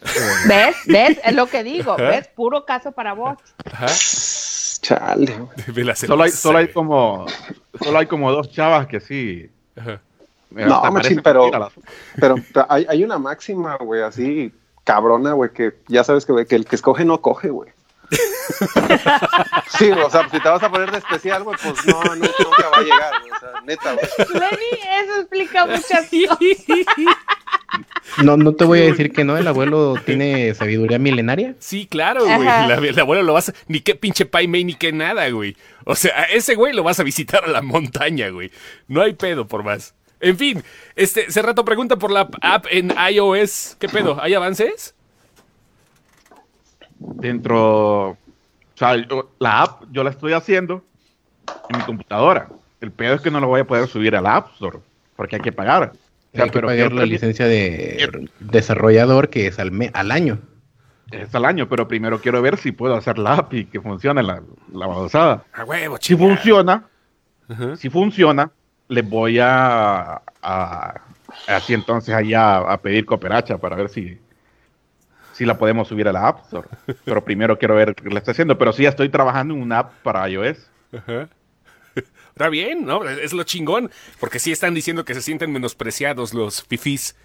¿Ves? ¿Ves? Es lo que digo, ¿ves? Puro caso para Botch.
Chale.
Solo hay, solo hay como solo hay como dos chavas que sí.
No,
Hasta
machín,
parecen
pero,
mentiras.
pero hay, hay una máxima, güey, así cabrona, güey, que ya sabes que, güey, que el que escoge no coge, güey. sí, o sea, si te vas a poner de especial, güey, pues no, no, nunca va a llegar, güey, o sea, neta, güey.
Lenny, eso explica muchas cosas.
No, no te voy a decir que no, el abuelo tiene sabiduría milenaria.
Sí, claro, güey.
Ajá.
La, la abuela lo vas a... Ni qué pinche pay may, ni qué nada, güey. O sea, a ese güey lo vas a visitar a la montaña, güey. No hay pedo por más. En fin, este, Cerrato pregunta por la app en iOS. ¿Qué pedo? ¿Hay avances?
dentro. O sea, yo- la app yo la estoy haciendo en mi computadora. El pedo es que no la voy a poder subir a la App Store porque hay que pagar. O sea,
Hay que
pero
pagar
quiero
la
termi-
licencia de desarrollador que es al, me- al año.
es al año, pero primero quiero ver si puedo hacer la app y que funcione la, la babosada.
A huevo,
Si funciona, si funciona, les voy a, a- así entonces allá a pedir cooperacha para ver si, si la podemos subir a la App Store. Pero primero quiero ver qué la está haciendo. Pero sí ya estoy trabajando en una app para iOS.
Ajá. Está bien, ¿no? Es lo chingón. Porque sí están diciendo que se sienten menospreciados los fifís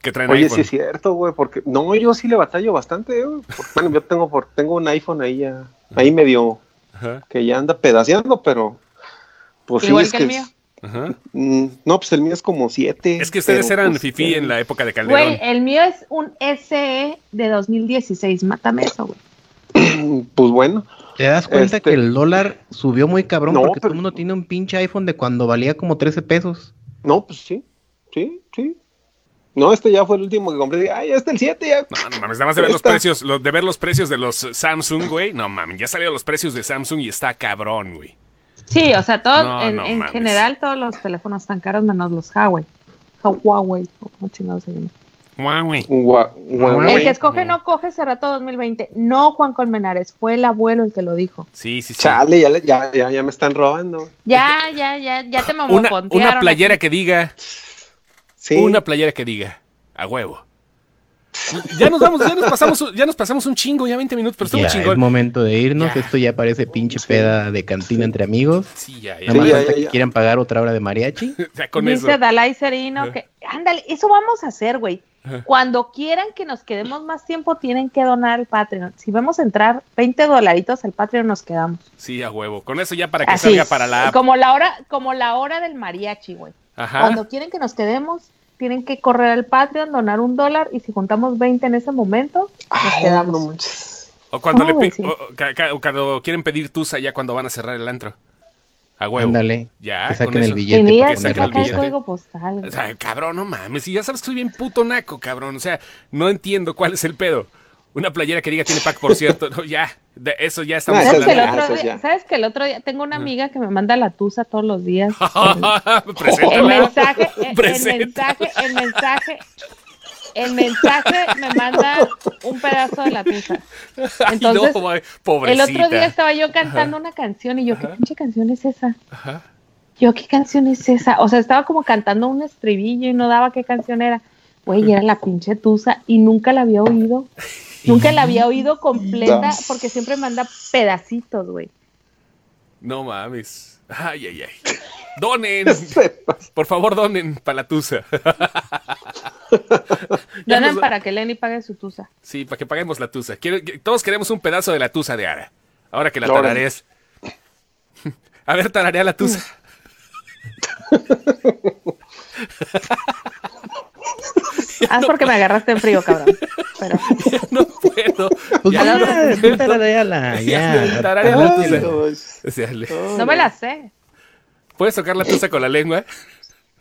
que traen
Oye,
iPhone.
sí es cierto, güey, porque no, yo sí le batallo bastante, eh, güey. porque, Bueno, yo tengo por, tengo un iPhone ahí ya, ahí medio
Ajá.
que ya anda pedaceando, pero pues sí,
Igual
es
que el mío. Ajá.
Mm, no, pues el mío es como siete.
Es que ustedes
pero,
eran
pues,
fifí en la época de Calderón.
Güey, el mío es un SE de 2016. Mátame eso, güey.
Pues bueno.
¿Te das cuenta que
Este
el dólar subió muy cabrón
No,
porque todo el mundo tiene un pinche iPhone de cuando valía como 13 pesos?
No, pues sí, sí, sí. No, este ya fue el último que compré. Dije, Ay, este el 7 ya.
No, no mames, nada más de ver los
Esta-
precios, lo- de ver los precios de los Samsung, güey. No mames, ya salieron los precios de Samsung y está cabrón, güey.
Sí, o sea, todo,
No,
en,
no
en
mames.
general, todos los teléfonos están caros menos los Huawei. Huawei, o como chingados se llama.
Huawei.
El que escoge no coge será todo 2020. No, Juan Colmenares, fue el abuelo el que lo dijo.
Sí, sí, sí.
Chale, ya, le- ya, ya, ya me están robando.
Ya, ya, ya, ya te
Una,
mamocontearon.
una playera que diga.
Sí.
Una playera que diga. A huevo. Ya nos vamos, ya nos pasamos, ya nos pasamos un chingo, ya 20 minutos, pero estuvo
Ya es
chingón.
momento de irnos. Esto ya parece pinche peda de cantina entre amigos.
Sí, ya, ya.
Nada más
Sí, ya,
falta
ya,
que
ya.
quieran pagar otra hora de mariachi.
Ya
Dice Dalai Serino que, ándale, eso vamos a hacer, güey.
Ajá.
Cuando quieran que nos quedemos más tiempo, tienen que donar al Patreon. Si vamos a entrar 20 dolaritos al Patreon, nos quedamos.
Sí, a huevo. Con eso ya para que
Así
salga
es.
para la app.
Como la hora, como la hora del mariachi, güey.
Ajá.
Cuando quieren que nos quedemos, tienen que correr al Patreon, donar un dólar y si juntamos 20 en ese momento, nos quedamos.
O cuando, le
¿Cómo, güey?
pi- o- o ca- ca- o cuando quieren pedir tusa ya cuando van a cerrar el antro. A huevo.
Ándale.
Ya,
Que
con
saquen el
eso.
billete
Tenías
para
que
ponerle
sacar el
billete.
código postal.
O sea, cabrón, no mames. Y ya sabes que soy bien puto naco, cabrón. O sea, no entiendo cuál es el pedo. Una playera que diga tiene pack, por cierto. No, ya. De eso ya estamos
¿Sabes, que el
hablando.
otro día, sabes que el otro día tengo una amiga que me manda la tusa todos los días? el
Preséntala.
mensaje, el- el
Presenta.
mensaje, el mensaje, el mensaje me manda un pedazo de la tusa.
Ay,
Entonces,
no, güey,
el
pobrecita.
otro día estaba yo cantando
Ajá.
una canción y yo, ¿qué
Ajá.
pinche canción es esa?
Ajá.
Yo, ¿qué canción es esa? O sea, estaba como cantando un estribillo y no daba qué canción era. Güey, y era la pinche tusa y nunca la había oído. Nunca la había oído completa porque siempre manda pedacitos, güey.
No mames. Ay, ay, ay. Donen. Por favor, donen para la tusa. Ya
Donan
nos-
para que Lenny pague su tusa.
Sí, para que paguemos la tusa. Quiero- que- todos queremos un pedazo de la tusa de Ara. Ahora que la
Órale.
tararees. A ver, tararea la tusa.
Haz Ah, porque me agarraste en frío, cabrón. Pero
no puedo.
Pues
Ya.
ya, tú tarareala, ya.
Tararea la
Ay,
tusa.
no.
O sea, le-
no me la sé.
¿Puedes tocar la tusa con la lengua?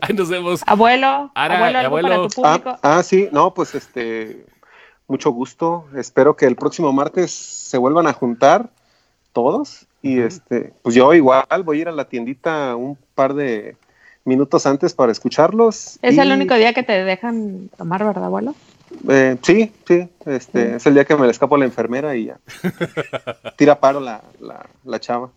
Ahí nos vemos.
Abuelo,
Ara,
abuelo, algo para tu público.
Ah, ah, sí, no, pues este, mucho gusto. Espero que el próximo martes se vuelvan a juntar todos. Y este, pues yo igual voy a ir a la tiendita un par de minutos antes para escucharlos.
Es
y,
el único día que te dejan tomar, ¿verdad, abuelo?
eh, sí, sí, este, es el día que me le escapo a la enfermera y ya. Tira paro la, la, la chava.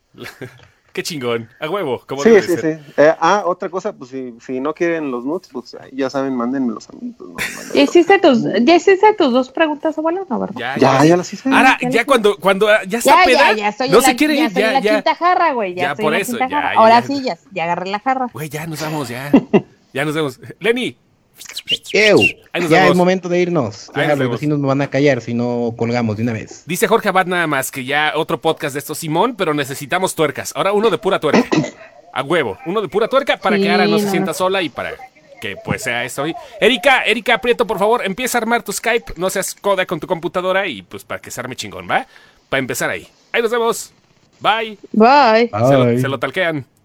Qué chingón. A huevo, como
Sí,
debe
sí, sí.
ser.
Eh, ah, otra cosa, pues si, si no quieren los nuts, pues ahí ya saben, mándenmelos a mí. pues, no, no.
¿Ya hiciste tus, ya hiciste tus dos preguntas, abuelo? No, ¿verdad?
Ya,
Ya, ya las hice.
Ahora,
Ah, Ya
ya cuando, cuando ah, ya está
Ya,
peda,
ya, ya, estoy
no
en
se
la-
quiere
ya
ir,
estoy en
ya,
la
ya.
quinta jarra, güey. Ya,
Ya,
estoy
por
en la
eso,
quinta
ya,
jarra.
ya,
Ahora
ya.
sí, ya, ya agarré la jarra.
Güey, ya nos vamos, ya. Ya nos vemos. Lenny.
Ew.
Ahí nos
Ya
vemos.
es momento de irnos.
Ahí
Ya
nos
los
vemos.
vecinos me van a callar si no colgamos de una vez.
Dice Jorge Abad nada más que ya otro podcast de estos, Simón, pero necesitamos tuercas. Ahora uno de pura tuerca. A huevo. Uno de pura tuerca para
Sí,
que Ara no se
no.
sienta sola y para que pues sea esto hoy. Erika, Erika Prieto, por favor, empieza a armar tu Skype. No seas coda con tu computadora y pues para que se arme chingón, ¿va? Para empezar ahí. Ahí nos vemos. Bye.
Bye.
Se, lo, se lo talquean.